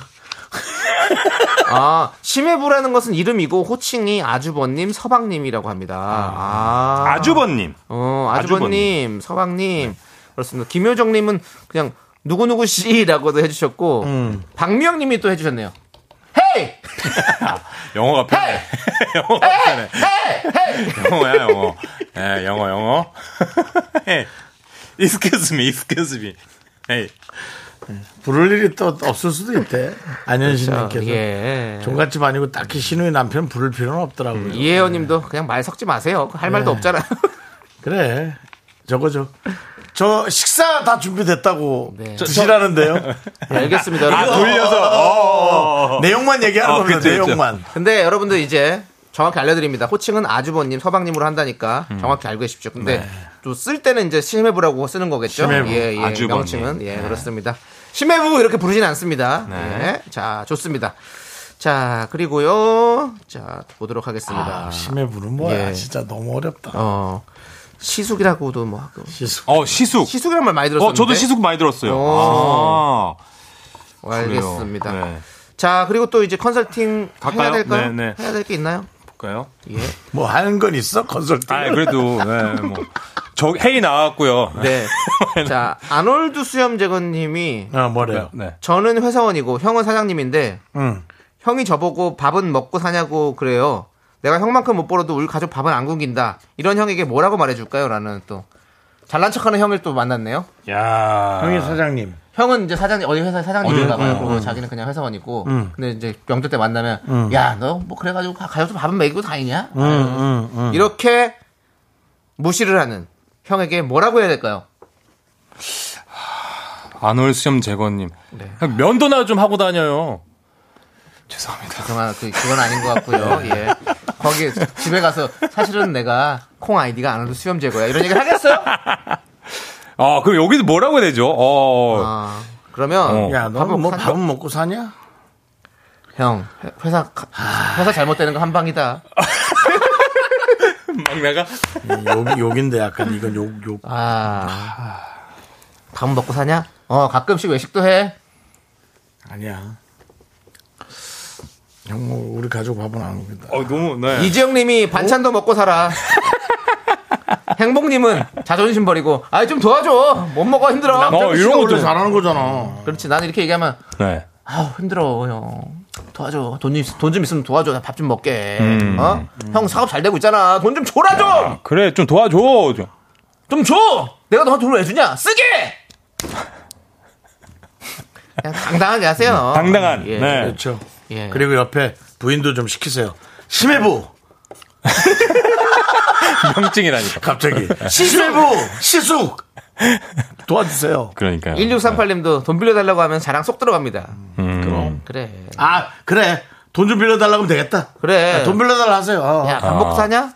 B: 아, 심해부라는 것은 이름이고, 호칭이 아주버님, 서방님이라고 합니다. 아.
F: 아주버님.
B: 어, 아주버님, 네. 서방님. 그렇습니다. 김효정님은 그냥 누구누구씨라고도 해주셨고, 박미영님이 또 해주셨네요. 헤이!
F: 영어가 편해. 영어가 편해. 영어야, 영어. 예, 영어, 영어. 에이. Excuse me, excuse me. 에이.
A: 부를 일이 또 없을 수도 있대.
F: 그렇죠.
A: 안현신님께서.
B: 예.
A: 종갓집 아니고 딱히 신우의 남편 부를 필요는
F: 음,
A: 없더라고요.
B: 이혜원님도 그냥 말 섞지 마세요. 할 말도 없잖아.
A: 그래. 저거죠. 저 식사 다 준비됐다고
B: 네.
A: 드시라는데요.
B: 알겠습니다.
F: 아,
B: 여러분.
F: 돌려서. 어.
A: 내용만 얘기하는
F: 아,
A: 겁니다.
F: 그쵸, 그쵸.
A: 내용만.
B: 근데 여러분들 이제 정확히 알려드립니다. 호칭은 아주버님, 서방님으로 한다니까
F: 음.
B: 정확히 알고 계십시오. 근데 또 쓸 때는 이제 심해부라고 쓰는 거겠죠.
A: 심해부,
B: 예, 예.
F: 네. 아주버님. 네.
B: 명칭은 예 그렇습니다. 심해부 이렇게 부르진 않습니다. 예. 자 좋습니다. 자 그리고요 자 보도록 하겠습니다.
A: 아, 심해부는 뭐야.
B: 예.
A: 진짜 너무 어렵다.
B: 어 시숙이라고도 뭐 하고
A: 지수.
F: 어, 시숙.
B: 시숙이란 말 많이 들었었는데.
F: 어, 저도 시숙 많이 들었어요.
B: 오.
F: 아, 그래요.
B: 알겠습니다.
F: 네.
B: 자 그리고 또 이제 컨설팅 해야
F: 갈까요?
B: 될까요?
F: 네, 네.
B: 해야 될 게 있나요?
F: 볼까요?
B: 예.
A: 뭐 하는 건 있어? 컨설팅.
F: 아, 그래도, 네, 뭐. 저, 헤이 나왔고요.
B: 네. 자 아놀드 수염재건님이
A: 아, 뭐래요?
F: 네.
B: 저는 회사원이고 형은 사장님인데
A: 응.
B: 형이 저보고 밥은 먹고 사냐고 그래요. 내가 형만큼 못 벌어도 우리 가족 밥은 안 굶긴다. 이런 형에게 뭐라고 말해줄까요? 라는 또 잘난 척하는 형을 또 만났네요.
F: 야.
A: 형의 사장님.
B: 형은 이제 사장 어디 회사 사장님인가 봐요. 그리고 자기는 그냥 회사원이고. 근데 이제 명절 때 만나면 야 너 뭐 그래가지고 가- 가족도 밥은 먹이고 다니냐?
F: 음,
B: 이렇게 무시를 하는 형에게 뭐라고 해야 될까요?
F: 안올 수염 제거님. 그냥 면도나 좀 하고 다녀요. 죄송합니다.
B: 그만 그, 그건 아닌 것 같고요.
F: 네.
B: 예. 거기 집에 가서 사실은 내가 콩 아이디가 안 와도 수염 제거야 이런 얘기를 하겠어요?
F: 아, 그럼 여기서 뭐라고 해야 되죠? 어.
B: 아, 그러면
F: 어.
A: 야,
B: 밥은
A: 너는 뭐
B: 한-
A: 밥은 먹고 사냐?
B: 형 회- 회사 가- 회사 잘못되는 거 한 방이다.
F: 막 내가
A: 욕, 욕인데 약간 이건 욕, 욕.
B: 아 밥은 먹고 사냐? 어 가끔씩 외식도 해.
A: 아니야. 형, 뭐 우리 가족 밥은 안
B: 예.
A: 먹는다.
F: 어, 너무 네.
B: 이지영님이 반찬도 먹고 살아. 행복님은 자존심 버리고 아 좀 도와줘 못 먹어 힘들어.
F: 어, 이런 것도
A: 원래 잘하는 거잖아.
B: 그렇지 나는 이렇게 얘기하면
F: 네.
B: 아 힘들어 형 도와줘 돈 좀 있으면 도와줘 밥 좀 먹게 어? 형 사업 잘 되고 있잖아 돈 좀 줘라 좀
F: 그래, 좀 도와줘. 좀.
B: 좀 줘! 내가 너한테 돈을 왜 주냐? 쓰게! 그냥 당당하게 하세요.
F: 음. 당당한.
B: 예.
F: 네.
A: 그렇죠.
B: 예.
A: 그리고 옆에 부인도 좀 시키세요. 심해부!
F: 명증이라니까.
A: 갑자기.
B: 예.
A: 심해부! 시숙! 도와주세요.
F: 그러니까요.
B: 1638님도 돈 빌려달라고 하면 자랑 쏙 들어갑니다.
F: 음.
B: 그래.
A: 아, 그래. 돈 좀 빌려달라고 하면 되겠다.
B: 그래.
A: 야, 돈 빌려달라 하세요. 어.
B: 예. 야, 밥 먹고 사냐?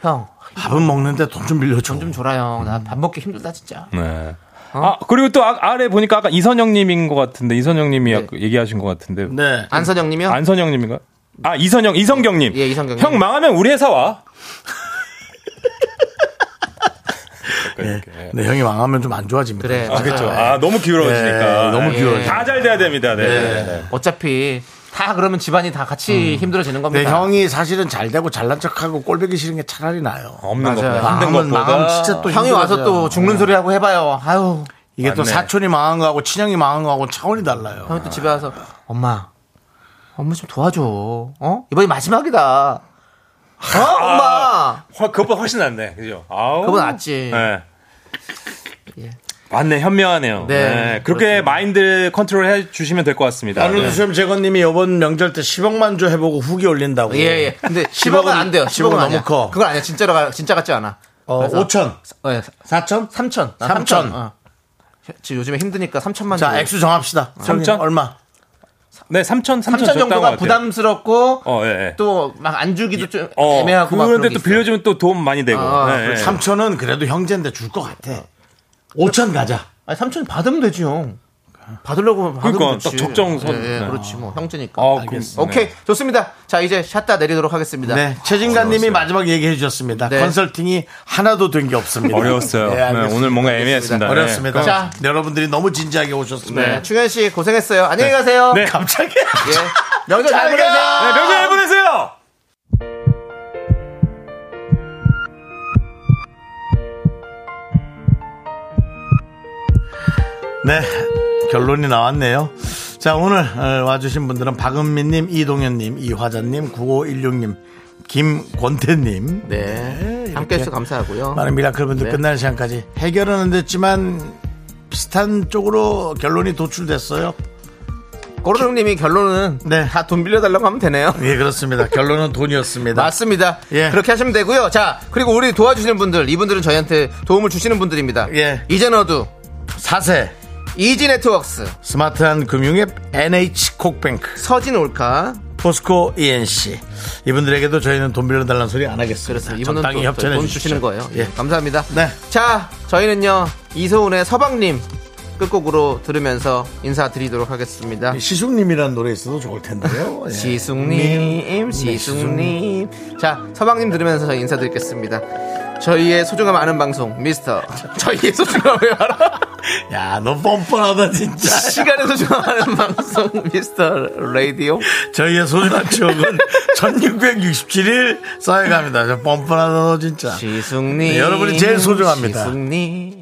B: 형,
A: 밥은 먹는데 돈 좀 빌려줘.
B: 좀 줘라, 형. 나 밥 먹기 힘들다, 진짜.
F: 네. 아, 그리고 또 아- 아래 보니까 아까 이선영님인 것 같은데, 이선영님이 아까 얘기하신 것 같은데.
A: 네.
B: 아, 안선영님이요?
F: 안선영님인가? 아, 이선영, 이성경님.
B: 예, 이성경님.
F: 형 망하면 우리 회사 와.
A: 네, 형이 망하면 좀 안 좋아집니다.
B: 예.
A: 예.
B: 그래.
F: 아, 그렇죠.
B: 맞아요.
F: 아, 너무 기울어지니까.
A: 네, 너무
F: 아,
A: 귀여워.
B: 예.
F: 다 잘 돼야 됩니다. 네.
B: 어차피 다 그러면 집안이 다 같이 힘들어지는
A: 근데
B: 겁니다.
A: 네, 형이 사실은 잘 되고 잘난 척하고 꼴배기 싫은 게 차라리 나아요.
F: 없는
B: 맞아요.
F: 것보다 힘든
A: 망하면
F: 것보다.
A: 망하면 진짜 또
B: 형이 와서
A: 힘들어져요.
B: 또 네. 죽는 소리 하고 해봐요. 아유.
A: 이게 또
F: 맞네.
A: 사촌이 망한 거하고 친형이 망한 거하고 차원이 달라요.
B: 형이 또 집에 와서 엄마 엄마 좀 도와줘 어 이번이 마지막이다 어 엄마
F: 훨- 그것보다 훨씬 낫네. 그죠? 아우.
B: 그건 낫지
F: 네.
B: 예.
F: 맞네, 현명하네요.
B: 네,
F: 네. 그렇게 마인드 컨트롤 해 주시면 될 것 같습니다.
A: 나는 수염 재건님이 이번 명절 때 10억만 줘 해보고 후기 올린다고.
B: 예예 근데 10억은 안 돼요 10억은,
A: 10억은 너무
B: 아니야.
A: 커.
B: 그건 아니야 진짜로 가- 진짜 같지 않아
A: 어,
B: 그래서-
A: 5천.
B: 어, 예.
A: 4천?
B: 3천
A: 3천.
B: 나
A: 네.
B: 3천 어. 지금 요즘에 힘드니까 3천만
A: 자, 액수 정합시다.
F: 삼천?
A: 형님, 얼마?
F: 네, 3천, 3천,
B: 3천 정도가 부담스럽고
F: 어, 예, 예.
B: 또 막 안 주기도 좀
F: 어,
B: 애매하고 막 그런
F: 그런데
B: 게
F: 또
B: 있어요.
F: 빌려주면 또 도움 많이 되고.
B: 아,
F: 네,
B: 그렇지.
F: 예.
A: 3천은 그래도 형제인데 줄 것 같아. 5천 가자.
B: 아니 3천 받으면 되지 형 받으려고 하면 받으면
F: 그러니까,
B: 되지.
F: 딱 적정선.
B: 예, 예,
F: 네.
B: 그렇지 뭐 형제니까
F: 아,
B: 네.
F: 알겠습니다.
B: 오케이 좋습니다. 자 이제 샷다 내리도록 하겠습니다.
A: 네, 최진관님이 마지막 얘기해 주셨습니다.
B: 네.
A: 컨설팅이 하나도 된 게 없습니다.
F: 어려웠어요.
A: 네,
F: 네,
A: 알겠습니다.
F: 오늘 뭔가 애매했습니다. 네.
A: 어렵습니다.
B: 자.
A: 네, 여러분들이 너무 진지하게 오셨습니다.
B: 네, 충현 씨 고생했어요. 안녕히 가세요.
F: 네.
A: 갑자기
B: 예. 명절 잘 보내세요.
F: 네, 명절 잘 보내세요!
A: 네, 결론이 나왔네요. 자, 오늘 어, 와주신 분들은 박은민님, 이동현님, 이화자님, 9516님, 김권태님.
B: 네. 함께 해주셔서 감사하고요.
A: 많은 미라클 분들
B: 네.
A: 끝나는 시간까지 해결은 안 됐지만 비슷한 쪽으로 결론이 도출됐어요.
B: 고로롱님이 결론은
A: 네.
B: 다 돈 빌려달라고 하면 되네요.
A: 예, 그렇습니다. 결론은 돈이었습니다.
B: 맞습니다.
A: 예.
B: 그렇게 하시면 되고요. 자, 그리고 우리 도와주시는 분들, 이분들은 저희한테 도움을 주시는 분들입니다.
A: 예.
B: 이젠어두,
A: 사세
B: 이지 네트웍스,
A: 스마트한 금융앱 NH콕뱅크.
B: 서진 올카.
A: 포스코 ENC 이분들에게도 저희는 돈 빌려달라는 소리 안 하겠습니다. 아,
B: 그렇습니다. 이분은
A: 적당히
B: 또,
A: 협찬해
B: 돈
A: 주십시오.
B: 주시는 거예요. 예.
A: 예.
B: 감사합니다.
A: 네.
B: 자, 저희는요, 이소은의 서방님 끝곡으로 들으면서 인사드리도록 하겠습니다.
A: 네. 시숙님이라는 노래 있어도 좋을 텐데요. 예. 음, 네.
B: 시숙님, 시숙님. 자, 서방님 들으면서 저희 인사드리겠습니다. 저희의 소중함 아는 방송, 미스터. 저희의 소중함을 알아.
A: 야, 너 뻔뻔하다 진짜.
B: 시간의 소중함 아는 방송, 미스터 라디오.
A: 저희의 소중한 추억은 1667일 쌓여갑니다. 저 뻔뻔하다 너 진짜.
B: 시숙님.
A: 여러분이 네, 제일 소중합니다.
B: 시숙님.